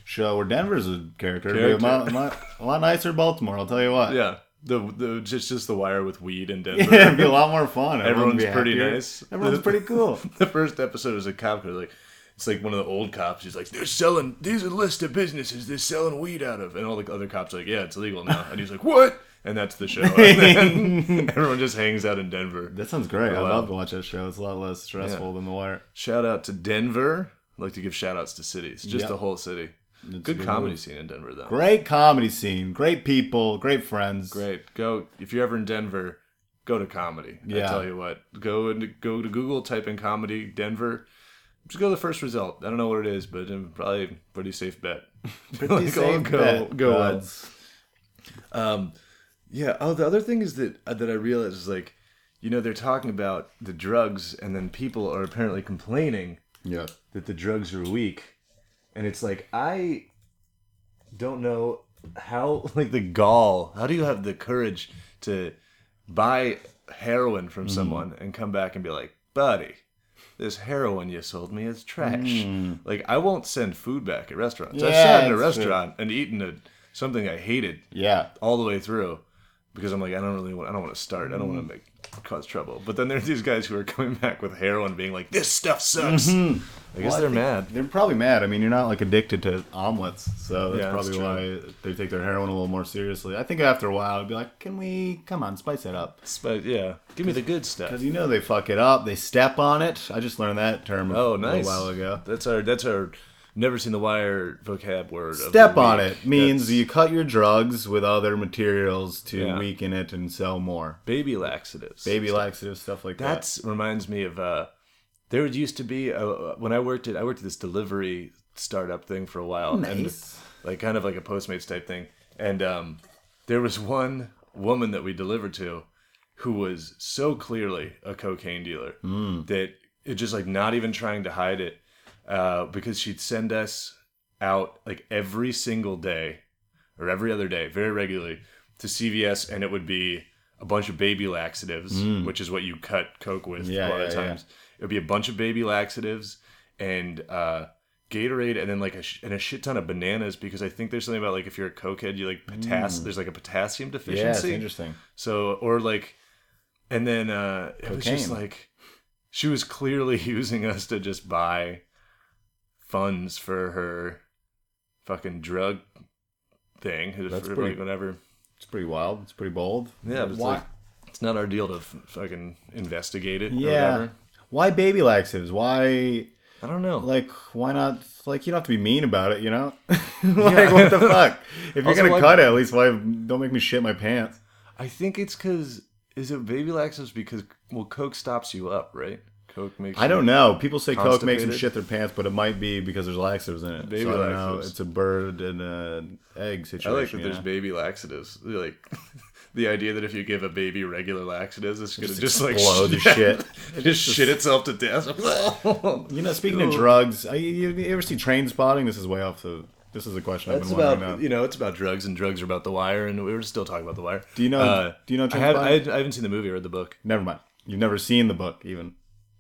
Speaker 5: show where Denver's a character. It'd Be a, lot,
Speaker 6: Character.
Speaker 5: a, lot, a lot nicer Baltimore, I'll tell you what.
Speaker 6: yeah. The the just just the wire with weed in Denver.
Speaker 5: It'd be a lot more fun. Everyone would
Speaker 6: Everyone's
Speaker 5: be
Speaker 6: pretty
Speaker 5: happier.
Speaker 6: nice.
Speaker 5: Everyone's pretty cool.
Speaker 6: the first episode is a cop who's like. It's like one of the old cops. He's like, "They're selling. These are list of businesses they're selling weed out of." And all the other cops are like, "Yeah, it's illegal now." And he's like, "What?" and that's the show. And then everyone just hangs out in Denver.
Speaker 5: That sounds great. I
Speaker 6: Wow.
Speaker 5: love to watch that show. It's a lot less stressful
Speaker 6: Yeah.
Speaker 5: than The Wire.
Speaker 6: Shout out to Denver. I like to give shout outs to cities, just
Speaker 5: Yeah.
Speaker 6: the whole city.
Speaker 5: a
Speaker 6: good
Speaker 5: good
Speaker 6: comedy
Speaker 5: move.
Speaker 6: scene in Denver, though.
Speaker 5: Great comedy scene. Great people. Great friends.
Speaker 6: Great. Go if you're ever in Denver, go to comedy. I
Speaker 5: Yeah.
Speaker 6: tell you what, go and go to Google, type in comedy Denver. Just go to the first result. I don't know what it is, but um, probably a pretty safe bet. pretty
Speaker 5: safe
Speaker 6: go,
Speaker 5: bet, Uh,
Speaker 6: Go
Speaker 5: buds.
Speaker 6: on. Um, yeah. Oh, the other thing is that uh, that I realized is like, you know, they're talking about the drugs, and then people are apparently complaining
Speaker 5: Yeah.
Speaker 6: that the drugs are weak and it's like i don't know how like the gall how do you have the courage to buy heroin from
Speaker 5: Mm-hmm.
Speaker 6: someone and come back and be like buddy this heroin you sold me is trash like i won't send food back at restaurants i
Speaker 5: Mm. Yeah,
Speaker 6: sat in a
Speaker 5: that's true.
Speaker 6: restaurant and eaten a, something i hated
Speaker 5: Yeah.
Speaker 6: all the way through because I'm like, I don't really want, I don't want to start. I don't
Speaker 5: Mm.
Speaker 6: want to make cause trouble. But then there's these guys who are coming back with heroin, being like, this stuff sucks.
Speaker 5: Mm-hmm.
Speaker 6: I guess
Speaker 5: Well, I
Speaker 6: they're
Speaker 5: think
Speaker 6: mad.
Speaker 5: They're probably mad. I mean, you're not like addicted to omelets, so that's
Speaker 6: Yeah, that's
Speaker 5: probably why they take their heroin a little more seriously. I think after a while, I'd be like, "Can we come on, spice it up?"
Speaker 6: But yeah, give me the good stuff.
Speaker 5: Because you know they fuck it up. They step on it. I just learned that term
Speaker 6: Oh, nice.
Speaker 5: a little while ago.
Speaker 6: That's our that's our never seen the wire vocab word. of the
Speaker 5: Step on
Speaker 6: week.
Speaker 5: it means
Speaker 6: That's
Speaker 5: you cut your drugs with other materials to
Speaker 6: Yeah.
Speaker 5: weaken it and sell more.
Speaker 6: baby laxatives.
Speaker 5: Baby laxatives, stuff like that.
Speaker 6: That's reminds me of uh, there used to be a, when I worked at I worked at this delivery startup thing for a while,
Speaker 5: Nice.
Speaker 6: and like kind of like a Postmates type thing, and um, there was one woman that we delivered to, who was so clearly a cocaine dealer that it just like not even trying to hide it, uh, because she'd send us out like every single day or every other day, very regularly, to CVS, and it would be a bunch of baby laxatives, which is what you cut coke with
Speaker 5: Mm. Yeah,
Speaker 6: a lot of
Speaker 5: yeah,
Speaker 6: times. It would be a bunch of baby laxatives and uh, Gatorade, and then like a sh- and a shit ton of bananas because I think there's something about like if you're a cokehead, you like potass. There's like a potassium deficiency.
Speaker 5: Mm. yeah, it's interesting.
Speaker 6: So or like, and then uh, it was just
Speaker 5: Cocaine.
Speaker 6: like she was clearly using us to just buy funds for her fucking drug thing.
Speaker 5: That's
Speaker 6: for,
Speaker 5: pretty-
Speaker 6: like whatever.
Speaker 5: It's pretty wild. It's pretty bold.
Speaker 6: Yeah, but it's
Speaker 5: Why-
Speaker 6: like it's not our deal to f- fucking investigate it. Or
Speaker 5: yeah.
Speaker 6: whatever.
Speaker 5: Why baby laxatives? Why
Speaker 6: I don't know.
Speaker 5: like why not like you don't have to be mean about it you know like what the fuck if you're
Speaker 6: Also,
Speaker 5: gonna
Speaker 6: like-
Speaker 5: cut it at least why don't make me shit my pants
Speaker 6: I think it's because is it baby laxatives because well Coke stops you up right? Coke makes
Speaker 5: i
Speaker 6: you-
Speaker 5: don't know people say coke makes them
Speaker 6: Constipated?
Speaker 5: shit their pants but it might be because there's laxatives in it
Speaker 6: Baby
Speaker 5: so i don't know
Speaker 6: laxatives.
Speaker 5: it's a bird and an egg
Speaker 6: I
Speaker 5: situation
Speaker 6: like that
Speaker 5: you
Speaker 6: there's
Speaker 5: know?
Speaker 6: baby laxatives. Like the idea that if you give a baby regular laxatives, it's gonna just, like
Speaker 5: blow the shit
Speaker 6: just, shit itself to death.
Speaker 5: you know speaking of drugs I, you, you ever see train spotting this is way off the this is a question
Speaker 6: That's
Speaker 5: i've been wondering
Speaker 6: about
Speaker 5: about
Speaker 6: you know it's about drugs and drugs are about the wire and we were still talking about the wire.
Speaker 5: Do you know-
Speaker 6: Uh,
Speaker 5: do you know
Speaker 6: I, have,
Speaker 5: Trainspotting?
Speaker 6: I, had- I haven't seen the movie or read the book.
Speaker 5: never mind you've never seen the book even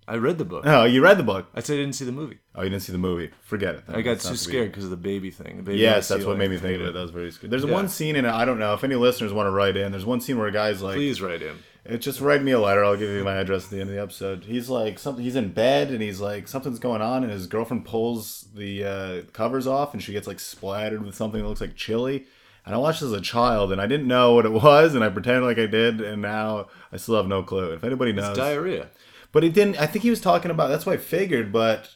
Speaker 6: I read the book.
Speaker 5: oh you read the book
Speaker 6: I said I didn't see the movie.
Speaker 5: oh you didn't see the movie forget it
Speaker 6: I got
Speaker 5: It's not
Speaker 6: too
Speaker 5: to be-
Speaker 6: scared because of the baby thing. The baby
Speaker 5: Yes,
Speaker 6: on the
Speaker 5: that's what made
Speaker 6: ceiling.
Speaker 5: me think of it. That was very scary. There's
Speaker 6: Yeah.
Speaker 5: one scene in it. I don't know if any listeners want to write in. There's one scene where a guy's like,
Speaker 6: Please write in.
Speaker 5: "Eh, "Just write me a letter. I'll give you my address at the end of the episode." He's like, something. He's in bed and he's like, something's going on, and his girlfriend pulls the uh, covers off, and she gets like splattered with something that looks like chili. And I watched this as a child, and I didn't know what it was, and I pretended like I did, and now I still have no clue. If anybody knows,
Speaker 6: Diarrhea.
Speaker 5: but it didn't. I think he was talking about. That's what I figured. But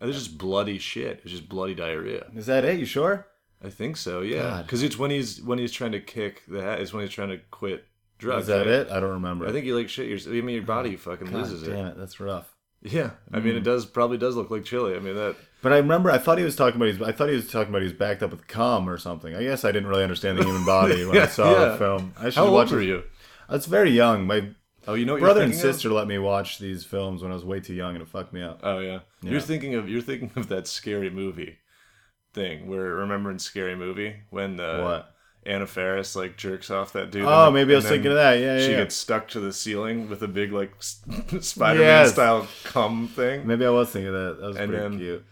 Speaker 6: It was just bloody shit. It's just bloody diarrhea.
Speaker 5: is that it? You sure?
Speaker 6: I think so. Yeah,
Speaker 5: God.
Speaker 6: because it's when he's when he's trying to kick the hat. It's when he's trying to quit drugs.
Speaker 5: Is that
Speaker 6: right?
Speaker 5: it? I don't remember.
Speaker 6: I think you like shit. Your, I mean, your body fucking
Speaker 5: God
Speaker 6: loses
Speaker 5: damn
Speaker 6: it.
Speaker 5: it, Hmm. that's rough.
Speaker 6: Yeah, I mean, it does probably does look like chili. I mean, that
Speaker 5: But I remember I thought he was talking about he's I thought he was talking about he's backed up with cum or something. I guess I didn't really understand the human body when I saw
Speaker 6: Yeah.
Speaker 5: the film. I should
Speaker 6: How
Speaker 5: watch
Speaker 6: old were
Speaker 5: it.
Speaker 6: you?
Speaker 5: I was very young. My
Speaker 6: Oh, you know, what
Speaker 5: brother
Speaker 6: you're
Speaker 5: and
Speaker 6: thinking of?
Speaker 5: sister let me watch these films when I was way too young, and it fucked me up.
Speaker 6: Oh yeah. you're thinking of you're thinking of that scary movie thing. Where remembering scary movie when the
Speaker 5: What?
Speaker 6: Anna Faris like jerks off that dude.
Speaker 5: Oh,
Speaker 6: and-
Speaker 5: maybe I
Speaker 6: and
Speaker 5: was
Speaker 6: then
Speaker 5: thinking of that. Yeah, yeah,
Speaker 6: She
Speaker 5: yeah.
Speaker 6: gets stuck to the ceiling with a big like Spider-Man
Speaker 5: Yes.
Speaker 6: style cum thing.
Speaker 5: Maybe I was thinking of that. That was
Speaker 6: And
Speaker 5: pretty
Speaker 6: then-
Speaker 5: cute.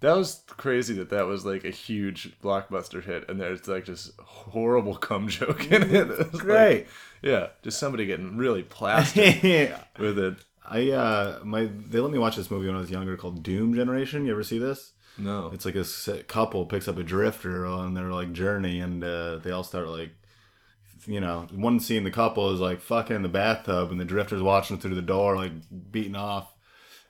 Speaker 6: That was crazy that that was like a huge blockbuster hit, and there's like this horrible cum joke in it. It was like-
Speaker 5: Great.
Speaker 6: yeah, just somebody getting really plastic with it.
Speaker 5: I uh my they let me watch this movie when I was younger called Doom Generation. You ever see this?
Speaker 6: No.
Speaker 5: It's like a s- couple picks up a drifter on their like journey, and uh, they all start like you know, one scene the couple is like fucking in the bathtub and the drifter's watching through the door, like beating off.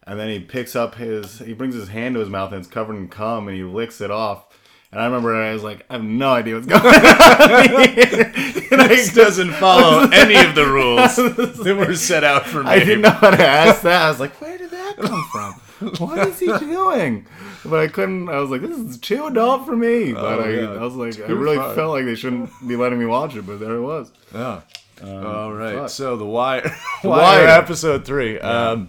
Speaker 5: And then he picks up his, he brings his hand to his mouth and it's covered in cum and he licks it off. And I remember I was like, I have no idea what's going on. here. and I
Speaker 6: This doesn't follow any of the rules that were set out for me.
Speaker 5: I didn't know how to ask that. I was like, where did that come from? What is he doing? But I couldn't. I was like, this is too adult for me. But
Speaker 6: Oh,
Speaker 5: I,
Speaker 6: yeah.
Speaker 5: I was like, I
Speaker 6: Too
Speaker 5: really
Speaker 6: far.
Speaker 5: felt like they shouldn't be letting me watch it, but there it was.
Speaker 6: Yeah. All right.
Speaker 5: Um, fuck.
Speaker 6: So the wire, wire,
Speaker 5: Wire.
Speaker 6: episode three. Yeah. Um,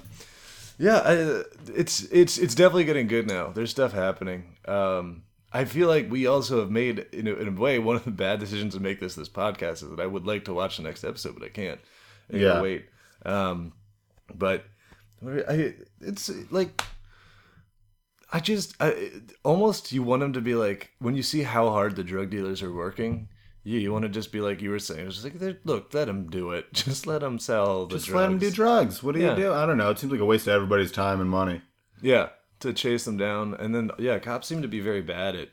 Speaker 6: yeah, I, it's it's it's definitely getting good now. There's stuff happening. Um, I feel like we also have made in a, in a way one of the bad decisions to make this this podcast is that I would like to watch the next episode, but I can't. I gotta
Speaker 5: Yeah.
Speaker 6: Wait. Um, but I, it's like I just I, it- almost you want them to be like when you see how hard the drug dealers are working. You, you want to just be like you were saying, just like "They're- look, let them do it. Just let them sell the
Speaker 5: Just
Speaker 6: drugs.
Speaker 5: let them do drugs. What do
Speaker 6: Yeah.
Speaker 5: you do? I don't know. It seems like a waste of everybody's time and money.
Speaker 6: Yeah, to chase them down, and then yeah, cops seem to be very bad at.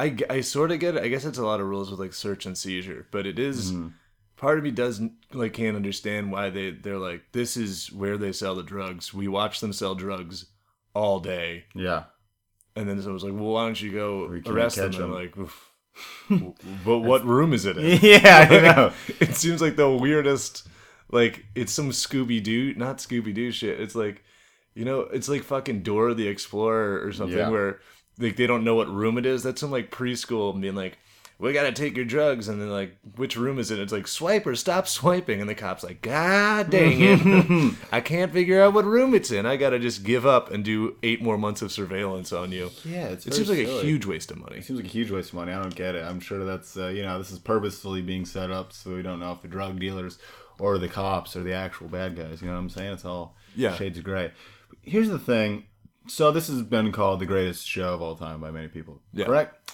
Speaker 6: I sort of get it. I guess it's a lot of rules with like search and seizure, but it is-
Speaker 5: Mm-hmm.
Speaker 6: Part of me doesn't like can't understand why they they're like this is where they sell the drugs. We watch them sell drugs all day.
Speaker 5: Yeah.
Speaker 6: And then someone's like, "Well, why don't you go
Speaker 5: We can't
Speaker 6: arrest them?"
Speaker 5: catch
Speaker 6: And I'm
Speaker 5: them.
Speaker 6: like, Oof. "But what room is it in?"
Speaker 5: Yeah, I know.
Speaker 6: it seems like the weirdest. Like it's some Scooby Doo, not Scooby Doo shit. It's like, you know, it's like fucking Dora the Explorer or something
Speaker 5: Yeah.
Speaker 6: where like they don't know what room it is. That's some like preschool being like, "We gotta take your drugs," and then like, "Which room is it?" It's like swipe or stop swiping, and the cops like, "God dang it, I can't figure out what room it's in. I gotta just give up and do eight more months of surveillance on you."
Speaker 5: Yeah, it's
Speaker 6: It
Speaker 5: very
Speaker 6: seems like a
Speaker 5: silly.
Speaker 6: huge waste of money.
Speaker 5: It seems like a huge waste of money. I don't get it. I'm sure that's uh, you know this is purposefully being set up so we don't know if the drug dealers or the cops or the actual bad guys. You know what I'm saying? It's all
Speaker 6: Yeah.
Speaker 5: shades of gray. Here's the thing. So this has been called the greatest show of all time by many people.
Speaker 6: Yeah.
Speaker 5: Correct.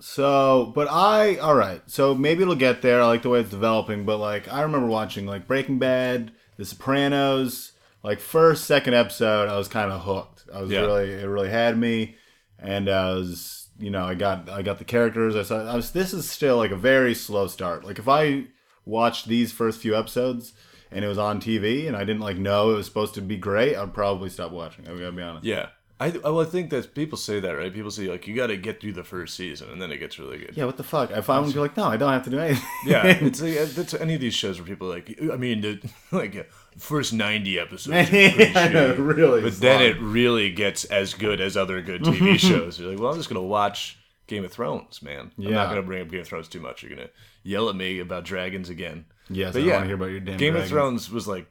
Speaker 5: So, but I all right. So maybe it'll get there. I like the way it's developing, but like I remember watching like Breaking Bad, The Sopranos. Like first, second episode, I was kind of hooked. I was
Speaker 6: Yeah.
Speaker 5: really it really had me and I was you know I got I got the characters I saw I was this is still like a very slow start like if I watched these first few episodes and it was on TV and I didn't like know it was supposed to be great I'd probably stop watching I gotta be honest
Speaker 6: Yeah. I, I well, I think that people say that, right? People say, like, you got to get through the first season and then it gets really good.
Speaker 5: yeah what the fuck if I would be like no I don't have to do anything
Speaker 6: Yeah. it's like, uh, that's any of these shows where people are like, I mean, the like uh, first 90 episodes. are pretty
Speaker 5: I know,
Speaker 6: shitty,
Speaker 5: really
Speaker 6: But then it really gets as good as other good TV shows. You're like, well, I'm just going to watch Game of Thrones, man. I'm
Speaker 5: Yeah.
Speaker 6: not going to bring up Game of Thrones too much. You're going to yell at me about dragons again.
Speaker 5: Yes,
Speaker 6: But
Speaker 5: I
Speaker 6: yeah,
Speaker 5: wanna hear about your damn
Speaker 6: Game of
Speaker 5: dragons.
Speaker 6: Thrones was like,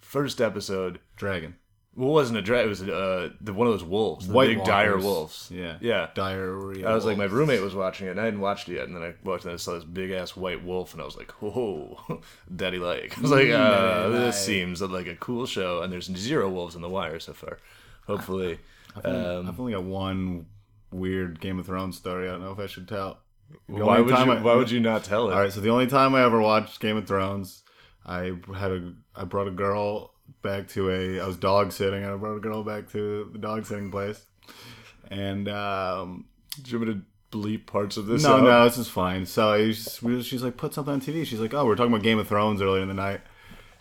Speaker 6: first episode.
Speaker 5: dragon
Speaker 6: Well, it wasn't a dragon. It was uh, the, one of those wolves, the
Speaker 5: White
Speaker 6: big dire
Speaker 5: Walkers.
Speaker 6: wolves.
Speaker 5: yeah
Speaker 6: yeah.
Speaker 5: diarrhea
Speaker 6: I was like, my roommate was watching it, and I hadn't watched it yet. And then I walked in and I saw this big ass white wolf, and I was like, "Whoa, daddy like." I was like, uh, "This seems like a cool show." And there's zero wolves in the wire so far. Hopefully, um,
Speaker 5: I've only got one weird Game of Thrones story I don't know if I should tell The
Speaker 6: why
Speaker 5: only
Speaker 6: would
Speaker 5: time
Speaker 6: you?
Speaker 5: I-
Speaker 6: why would you not tell it?
Speaker 5: All right, so the only time I ever watched Game of Thrones, I had a I brought a girl back to a I was dog sitting and I brought a girl back to the dog sitting place. And um
Speaker 6: Do you want me to bleep parts of this?
Speaker 5: no,
Speaker 6: out?
Speaker 5: no, this is fine. So I just, we, she's like, put something on TV. She's like, oh, we are talking about Game of Thrones earlier in the night.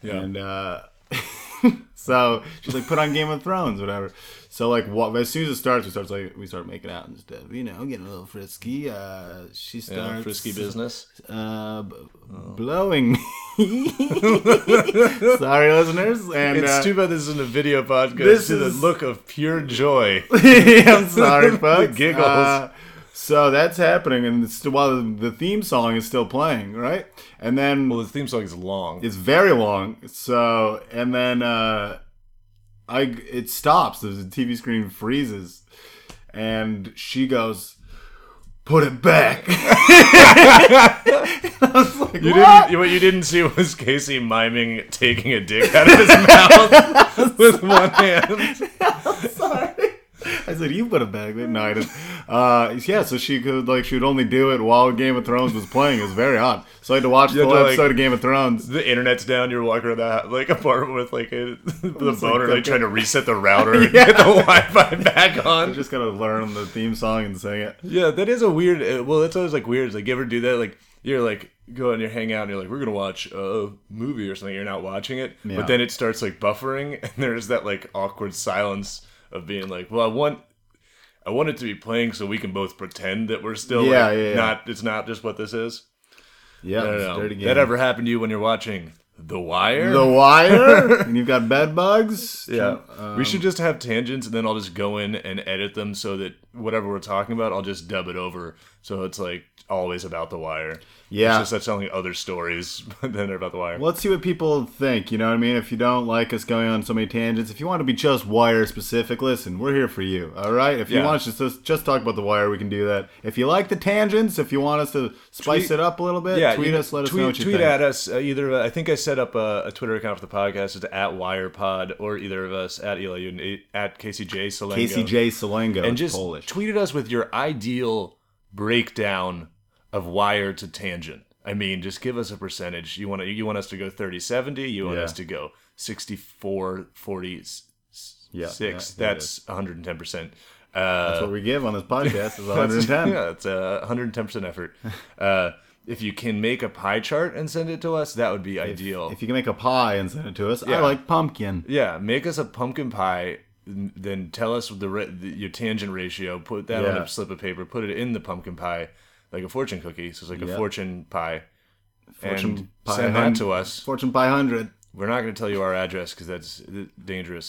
Speaker 6: Yeah.
Speaker 5: And uh, so she's like, put on Game of Thrones, whatever. So like, what, as soon as it starts, we start like we start making out and stuff. You know, getting a little frisky. Uh, she
Speaker 6: Yeah,
Speaker 5: starts
Speaker 6: frisky business.
Speaker 5: uh, b-
Speaker 6: Oh.
Speaker 5: blowing me. Sorry, listeners. And
Speaker 6: It's
Speaker 5: uh,
Speaker 6: too bad this isn't a video podcast.
Speaker 5: this
Speaker 6: This is
Speaker 5: is-
Speaker 6: a look of pure joy.
Speaker 5: I'm sorry,
Speaker 6: The
Speaker 5: folks.
Speaker 6: giggles.
Speaker 5: Uh, so that's happening, and it's still, while the theme song is still playing, right? And then
Speaker 6: well, the theme song is long.
Speaker 5: it's very long. So and then uh, I it stops. The TV screen freezes, and she goes, "Put it back."
Speaker 6: You didn't. you- What you didn't see was Casey miming taking a dick out of his mouth with one hand.
Speaker 5: I said, "You put a bag that night." And, uh, yeah, so she could like she would only do it while Game of Thrones was playing. It was very odd. So I had to watch the
Speaker 6: had
Speaker 5: whole
Speaker 6: to, like-
Speaker 5: episode of Game of Thrones.
Speaker 6: The internet's down. You're walking around that like apartment with like a the boner, like
Speaker 5: okay.
Speaker 6: trying to reset the router and get the Wi-Fi back
Speaker 5: I
Speaker 6: on.
Speaker 5: just gotta learn the theme song and sing it.
Speaker 6: Yeah, that is a weird. uh, Well, that's always like weird. It's like you ever do that? Like you're like go and you hang out and you're like we're gonna watch a movie or something. You're not watching it,
Speaker 5: Yeah.
Speaker 6: but then it starts like buffering and there's that like awkward silence of being like, well, I want. I want it to be playing so we can both pretend that we're still
Speaker 5: Yeah,
Speaker 6: like,
Speaker 5: yeah, yeah.
Speaker 6: not it's not just what this is.
Speaker 5: Yeah,
Speaker 6: I don't
Speaker 5: it's a
Speaker 6: know.
Speaker 5: dirty game.
Speaker 6: That ever happened to you when you're watching The Wire?
Speaker 5: The Wire, and you've got bed bugs.
Speaker 6: Yeah.
Speaker 5: um,
Speaker 6: we should just have tangents and then I'll just go in and edit them so that whatever we're talking about, I'll just dub it over. So it's like always about The Wire.
Speaker 5: Yeah.
Speaker 6: It's just us telling other stories than about The Wire.
Speaker 5: Well, Let's see what people think. You know what I mean? If you don't like us going on so many tangents, if you want to be just Wire specific, listen, we're here for you. All right. If you
Speaker 6: Yeah.
Speaker 5: want us to just just talk about the Wire, we can do that. If you like the tangents, if you want us to spice
Speaker 6: Tweet-
Speaker 5: it up a little bit, tweet
Speaker 6: you-
Speaker 5: us. Let us
Speaker 6: tweet,
Speaker 5: know what you
Speaker 6: tweet
Speaker 5: think.
Speaker 6: at us. Uh, either uh, I think I set up a, a Twitter account for the podcast. It's at WirePod or either of us at Eli and at KCJ Solengo.
Speaker 5: KCJ Selengo
Speaker 6: and
Speaker 5: it's
Speaker 6: just
Speaker 5: Polish.
Speaker 6: tweeted us with your ideal breakdown of wire to tangent. I mean, just give us a percentage. You want to, you want us to go 30 70, you want
Speaker 5: Yeah.
Speaker 6: us to go 64 40 s- s-
Speaker 5: Yeah,
Speaker 6: 6.
Speaker 5: yeah, yeah,
Speaker 6: that's 110%. Uh
Speaker 5: That's what we give on this podcast is 110.
Speaker 6: yeah, it's a 110% effort. Uh if you can make a pie chart and send it to us, that would be ideal.
Speaker 5: If you can make a pie and send it to us, I
Speaker 6: Yeah.
Speaker 5: like pumpkin.
Speaker 6: Yeah, make us a pumpkin pie. n- Then tell us the, ra- the your tangent ratio. Put that on
Speaker 5: Yeah.
Speaker 6: a slip of paper. Put it in the pumpkin pie, like a fortune cookie. So it's like
Speaker 5: Yeah.
Speaker 6: a fortune pie.
Speaker 5: Fortune
Speaker 6: and
Speaker 5: pie
Speaker 6: send
Speaker 5: hun-
Speaker 6: that to us.
Speaker 5: Fortune 500.
Speaker 6: We're not going to tell you our address because that's uh, dangerous.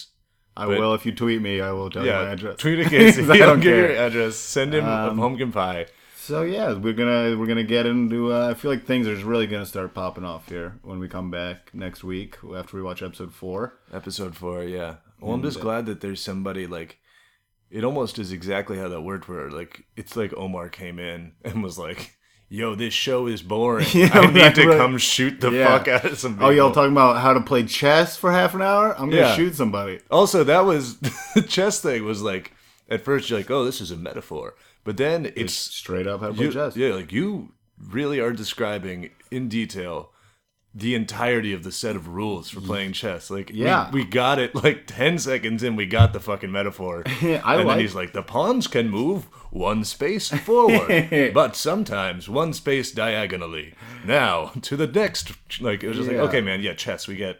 Speaker 5: I
Speaker 6: But-
Speaker 5: will if you tweet me. I will tell
Speaker 6: yeah,
Speaker 5: you my address.
Speaker 6: tweet at
Speaker 5: I
Speaker 6: Casey. I
Speaker 5: don't
Speaker 6: don't give your
Speaker 5: care. Um,
Speaker 6: address. Send him a pumpkin pie.
Speaker 5: So yeah, we're gonna we're gonna get into. Uh, I feel like things are just really gonna start popping off here when we come back next week after we watch episode four.
Speaker 6: Episode four. Yeah. Well,
Speaker 5: Mm-hmm.
Speaker 6: I'm just glad that there's somebody like. It almost is exactly how that worked. Where like it's like Omar came in and was like, "Yo, this show is boring.
Speaker 5: Yeah,
Speaker 6: I need
Speaker 5: right,
Speaker 6: to
Speaker 5: right.
Speaker 6: come shoot the
Speaker 5: Yeah.
Speaker 6: fuck out of some." People.
Speaker 5: Oh, y'all talking about how to play chess for half an hour? I'm gonna
Speaker 6: Yeah.
Speaker 5: shoot somebody.
Speaker 6: Also, that was the chess thing was like at first you're like, "Oh, this is a metaphor," but then it's
Speaker 5: Straight up how to play
Speaker 6: you,
Speaker 5: chess.
Speaker 6: yeah, like you really are describing in detail the entirety of the set of rules for playing chess. Like, we-
Speaker 5: Yeah.
Speaker 6: we, got it like ten seconds in, we got the fucking metaphor.
Speaker 5: I
Speaker 6: and
Speaker 5: like-
Speaker 6: then he's like, the pawns can move one space forward, but sometimes one space diagonally. Now to the next. Like it was just
Speaker 5: Yeah.
Speaker 6: like, okay, man, yeah, chess. We get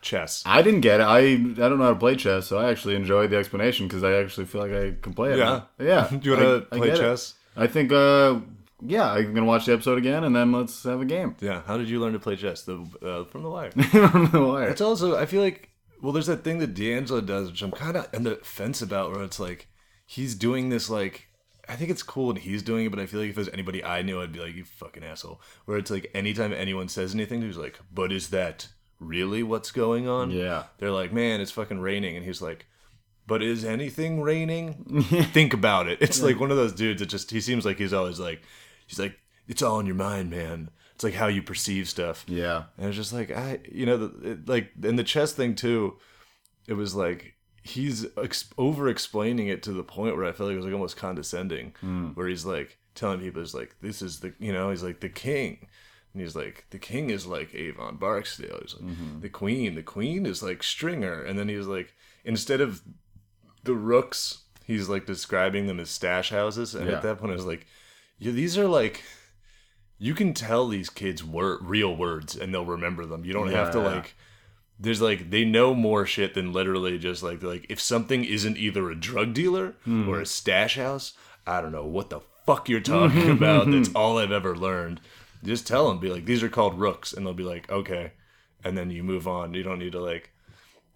Speaker 6: chess.
Speaker 5: I didn't get it. I I don't know how to play chess, so I actually enjoyed the explanation because I actually feel like I can play it.
Speaker 6: Yeah.
Speaker 5: yeah.
Speaker 6: Do you wanna
Speaker 5: I- I
Speaker 6: play
Speaker 5: get it.
Speaker 6: chess?
Speaker 5: I think. uh Yeah, I'm gonna watch the episode again and then let's have a game.
Speaker 6: Yeah. How did you learn to play chess? The uh, from the wire.
Speaker 5: From the wire.
Speaker 6: It's also I feel like well, there's that thing that D'Angelo does, which I'm kind of on the fence about, where it's like he's doing this like I think it's cool and he's doing it, but I feel like if there's anybody I knew, I'd be like, you fucking asshole. Where it's like anytime anyone says anything, he's like, but is that really what's going on?
Speaker 5: Yeah.
Speaker 6: They're like, man, it's fucking raining, and he's like. But is anything raining? Think about it. It's like one of those dudes that just he seems like he's always like he's like it's all in your mind, man. It's like how you perceive stuff.
Speaker 5: Yeah.
Speaker 6: And it's just like I, you know, the, it, like and the chess thing too. It was like he's ex- over explaining it to the point where I felt like it was like almost condescending, where he's like telling people, "Is like this is the you know," he's like the king. And he's like, the king is like Avon Barksdale. He's like, the queen, the queen is like Stringer. And then he's like, instead of the rooks, he's like describing them as stash houses. And
Speaker 5: Yeah.
Speaker 6: at that point, I was like, yeah, these are like, you can tell these kids were real words and they'll remember them. You don't have to
Speaker 5: Yeah.
Speaker 6: like, there's like, they know more shit than literally just like, they're like, if something isn't either a drug dealer
Speaker 5: Hmm.
Speaker 6: or a stash house, I don't know what the fuck you're talking about. That's all I've ever learned. Just tell them, be like, these are called rooks. And they'll be like, okay. And then you move on. You don't need to like,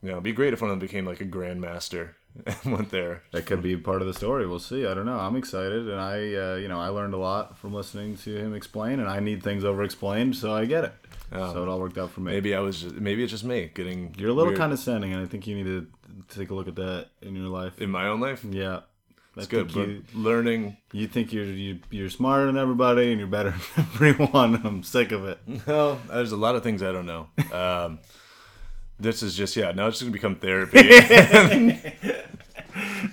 Speaker 6: you know, it'd be great if one of them became like a grandmaster and went there.
Speaker 5: That could be part of the story. We'll see. I don't know. I'm excited, and I, uh, you know, I learned a lot from listening to him explain, and I need things over explained, so I get it. so it all worked out for me.
Speaker 6: Maybe I was, just, maybe it's just me getting.
Speaker 5: You're a little
Speaker 6: weird
Speaker 5: condescending, and I think you need to take a look at that in your life.
Speaker 6: in my own life.
Speaker 5: yeah,
Speaker 6: It's
Speaker 5: that's
Speaker 6: good, but
Speaker 5: You,
Speaker 6: learning.
Speaker 5: you think you're you, you're smarter than everybody, and you're better than everyone. I'm sick of it.
Speaker 6: Well, there's a lot of things I don't know. Um, this is just yeah. Now it's going to become therapy.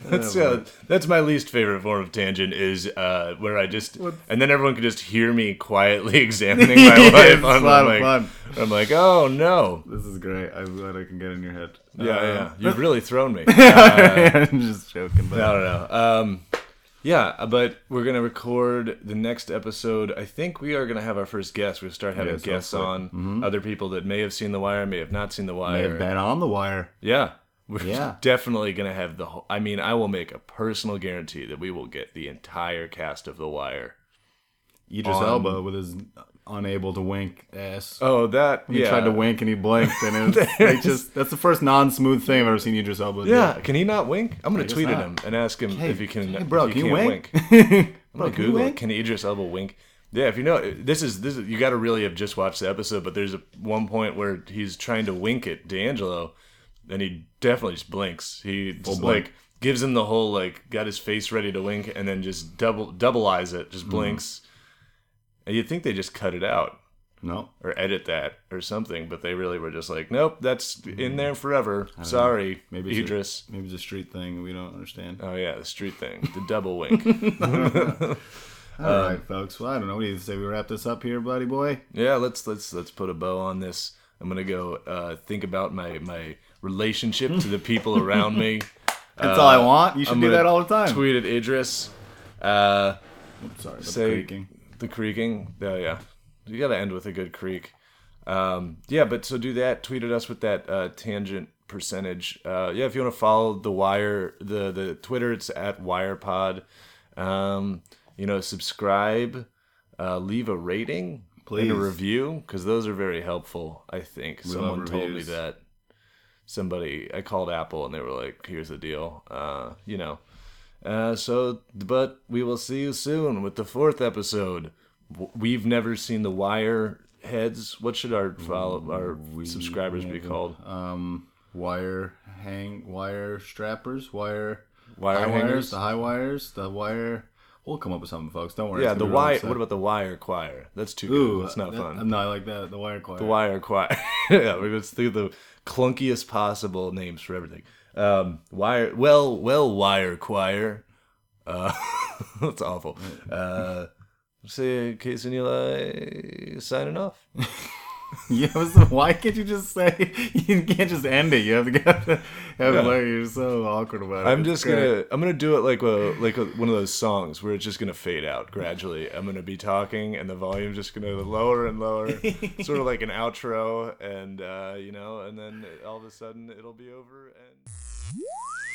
Speaker 6: that's uh, that's my least favorite form of tangent is uh, where I just and then everyone can just hear me quietly examining my
Speaker 5: It's
Speaker 6: life.
Speaker 5: a
Speaker 6: on
Speaker 5: lot of
Speaker 6: like,
Speaker 5: fun.
Speaker 6: I'm like, oh no,
Speaker 5: This is great. I'm glad I can get in your head.
Speaker 6: yeah, yeah. You've really thrown me.
Speaker 5: I'm just joking, but
Speaker 6: I don't know. Um, Yeah, but we're gonna record the next episode. I think we are gonna have our first guest. We'll start having
Speaker 5: Yes,
Speaker 6: guests
Speaker 5: hopefully.
Speaker 6: on other people that may have seen The Wire, Mm-hmm. may have not seen The
Speaker 5: I
Speaker 6: Wire.
Speaker 5: have been on the wire.
Speaker 6: Yeah. We're
Speaker 5: Yeah.
Speaker 6: definitely going to have the whole. I mean, I will make a personal guarantee that we will get the entire cast of The Wire.
Speaker 5: Idris
Speaker 6: On-
Speaker 5: Elba with his unable to wink ass.
Speaker 6: Oh, that.
Speaker 5: He
Speaker 6: yeah.
Speaker 5: tried to wink and he blinked, and it, it just that's the first non-smooth thing I've ever seen Idris Elba. do.
Speaker 6: Yeah. Can he not wink? I'm going to
Speaker 5: guess
Speaker 6: tweet at
Speaker 5: not.
Speaker 6: him and ask him if he can.
Speaker 5: hey, bro,
Speaker 6: if he
Speaker 5: can you
Speaker 6: can't
Speaker 5: wink?
Speaker 6: I'm
Speaker 5: can you
Speaker 6: going to Google it.
Speaker 5: wink?
Speaker 6: Can Idris Elba wink? Yeah, if you know this is this is you got to really have just watched the episode, but there's a one point where he's trying to wink at D'Angelo, and he definitely just blinks. He just,
Speaker 5: blink.
Speaker 6: like gives him the whole like got his face ready to wink, and then just double double eyes it,
Speaker 5: Mm-hmm.
Speaker 6: just blinks. And you'd think they just cut it out
Speaker 5: No.
Speaker 6: or edit that or something, but they really were just like, nope, that's
Speaker 5: Mm-hmm.
Speaker 6: in there forever. Sorry,
Speaker 5: Maybe
Speaker 6: maybe
Speaker 5: it's
Speaker 6: Idris.
Speaker 5: A, maybe it's a street thing we don't understand.
Speaker 6: Oh yeah, the street thing, the double wink. Uh,
Speaker 5: All right, folks. Well, I don't know. What do you say we wrap this up here, buddy boy?
Speaker 6: Yeah, let's let's let's put a bow on this. I'm gonna go uh, think about my my relationship to the people around me.
Speaker 5: That's all I want. You should
Speaker 6: uh, I'm
Speaker 5: do
Speaker 6: gonna
Speaker 5: that all the time.
Speaker 6: Tweet at Idris. Uh,
Speaker 5: Sorry, about
Speaker 6: say
Speaker 5: creaking.
Speaker 6: the creaking. Oh yeah, you gotta end with a good creak. Um, yeah, but so do that. Tweet at us with that uh, tangent percentage. Uh, yeah, if you want to follow the wire, the the Twitter, it's at WirePod. Um, you know, subscribe, uh, leave a rating, and
Speaker 5: Please.
Speaker 6: a review because those are very helpful. I think someone
Speaker 5: love
Speaker 6: told me
Speaker 5: reviews.
Speaker 6: that. Somebody, I called Apple and they were like, "Here's the deal," uh, you know. Uh, so, but we will see you soon with the fourth episode. W- We've never seen the wire heads. What should our follow our subscribers be called?
Speaker 5: Um, wire hang, wire strappers, wire
Speaker 6: Wire
Speaker 5: high
Speaker 6: hangers?
Speaker 5: wires, the high wires, the wire. We'll come up with something, folks. Don't worry.
Speaker 6: yeah,
Speaker 5: it's
Speaker 6: the
Speaker 5: gonna be
Speaker 6: wire.
Speaker 5: really
Speaker 6: What
Speaker 5: exciting.
Speaker 6: about the wire choir? That's too.
Speaker 5: Ooh,
Speaker 6: good. That's not
Speaker 5: that-
Speaker 6: fun.
Speaker 5: No, I like that. The wire choir.
Speaker 6: The Wire Choir. yeah, we just through the clunkiest possible names for everything. Um, wire, well, well, Wire Choir. Uh, that's awful. Uh, say, Case and Eli signing off.
Speaker 5: Yeah, what's the, why can't you just say you can't just end it? You have to go. Have
Speaker 6: Yeah.
Speaker 5: like, you're so awkward about it.
Speaker 6: I'm
Speaker 5: It's
Speaker 6: just
Speaker 5: great.
Speaker 6: gonna, I'm gonna do it like a, like a, one of those songs where it's just gonna fade out gradually. I'm gonna be talking and the volume's just gonna lower and lower, sort of like an outro, and uh, you know, and then all of a sudden it'll be over and.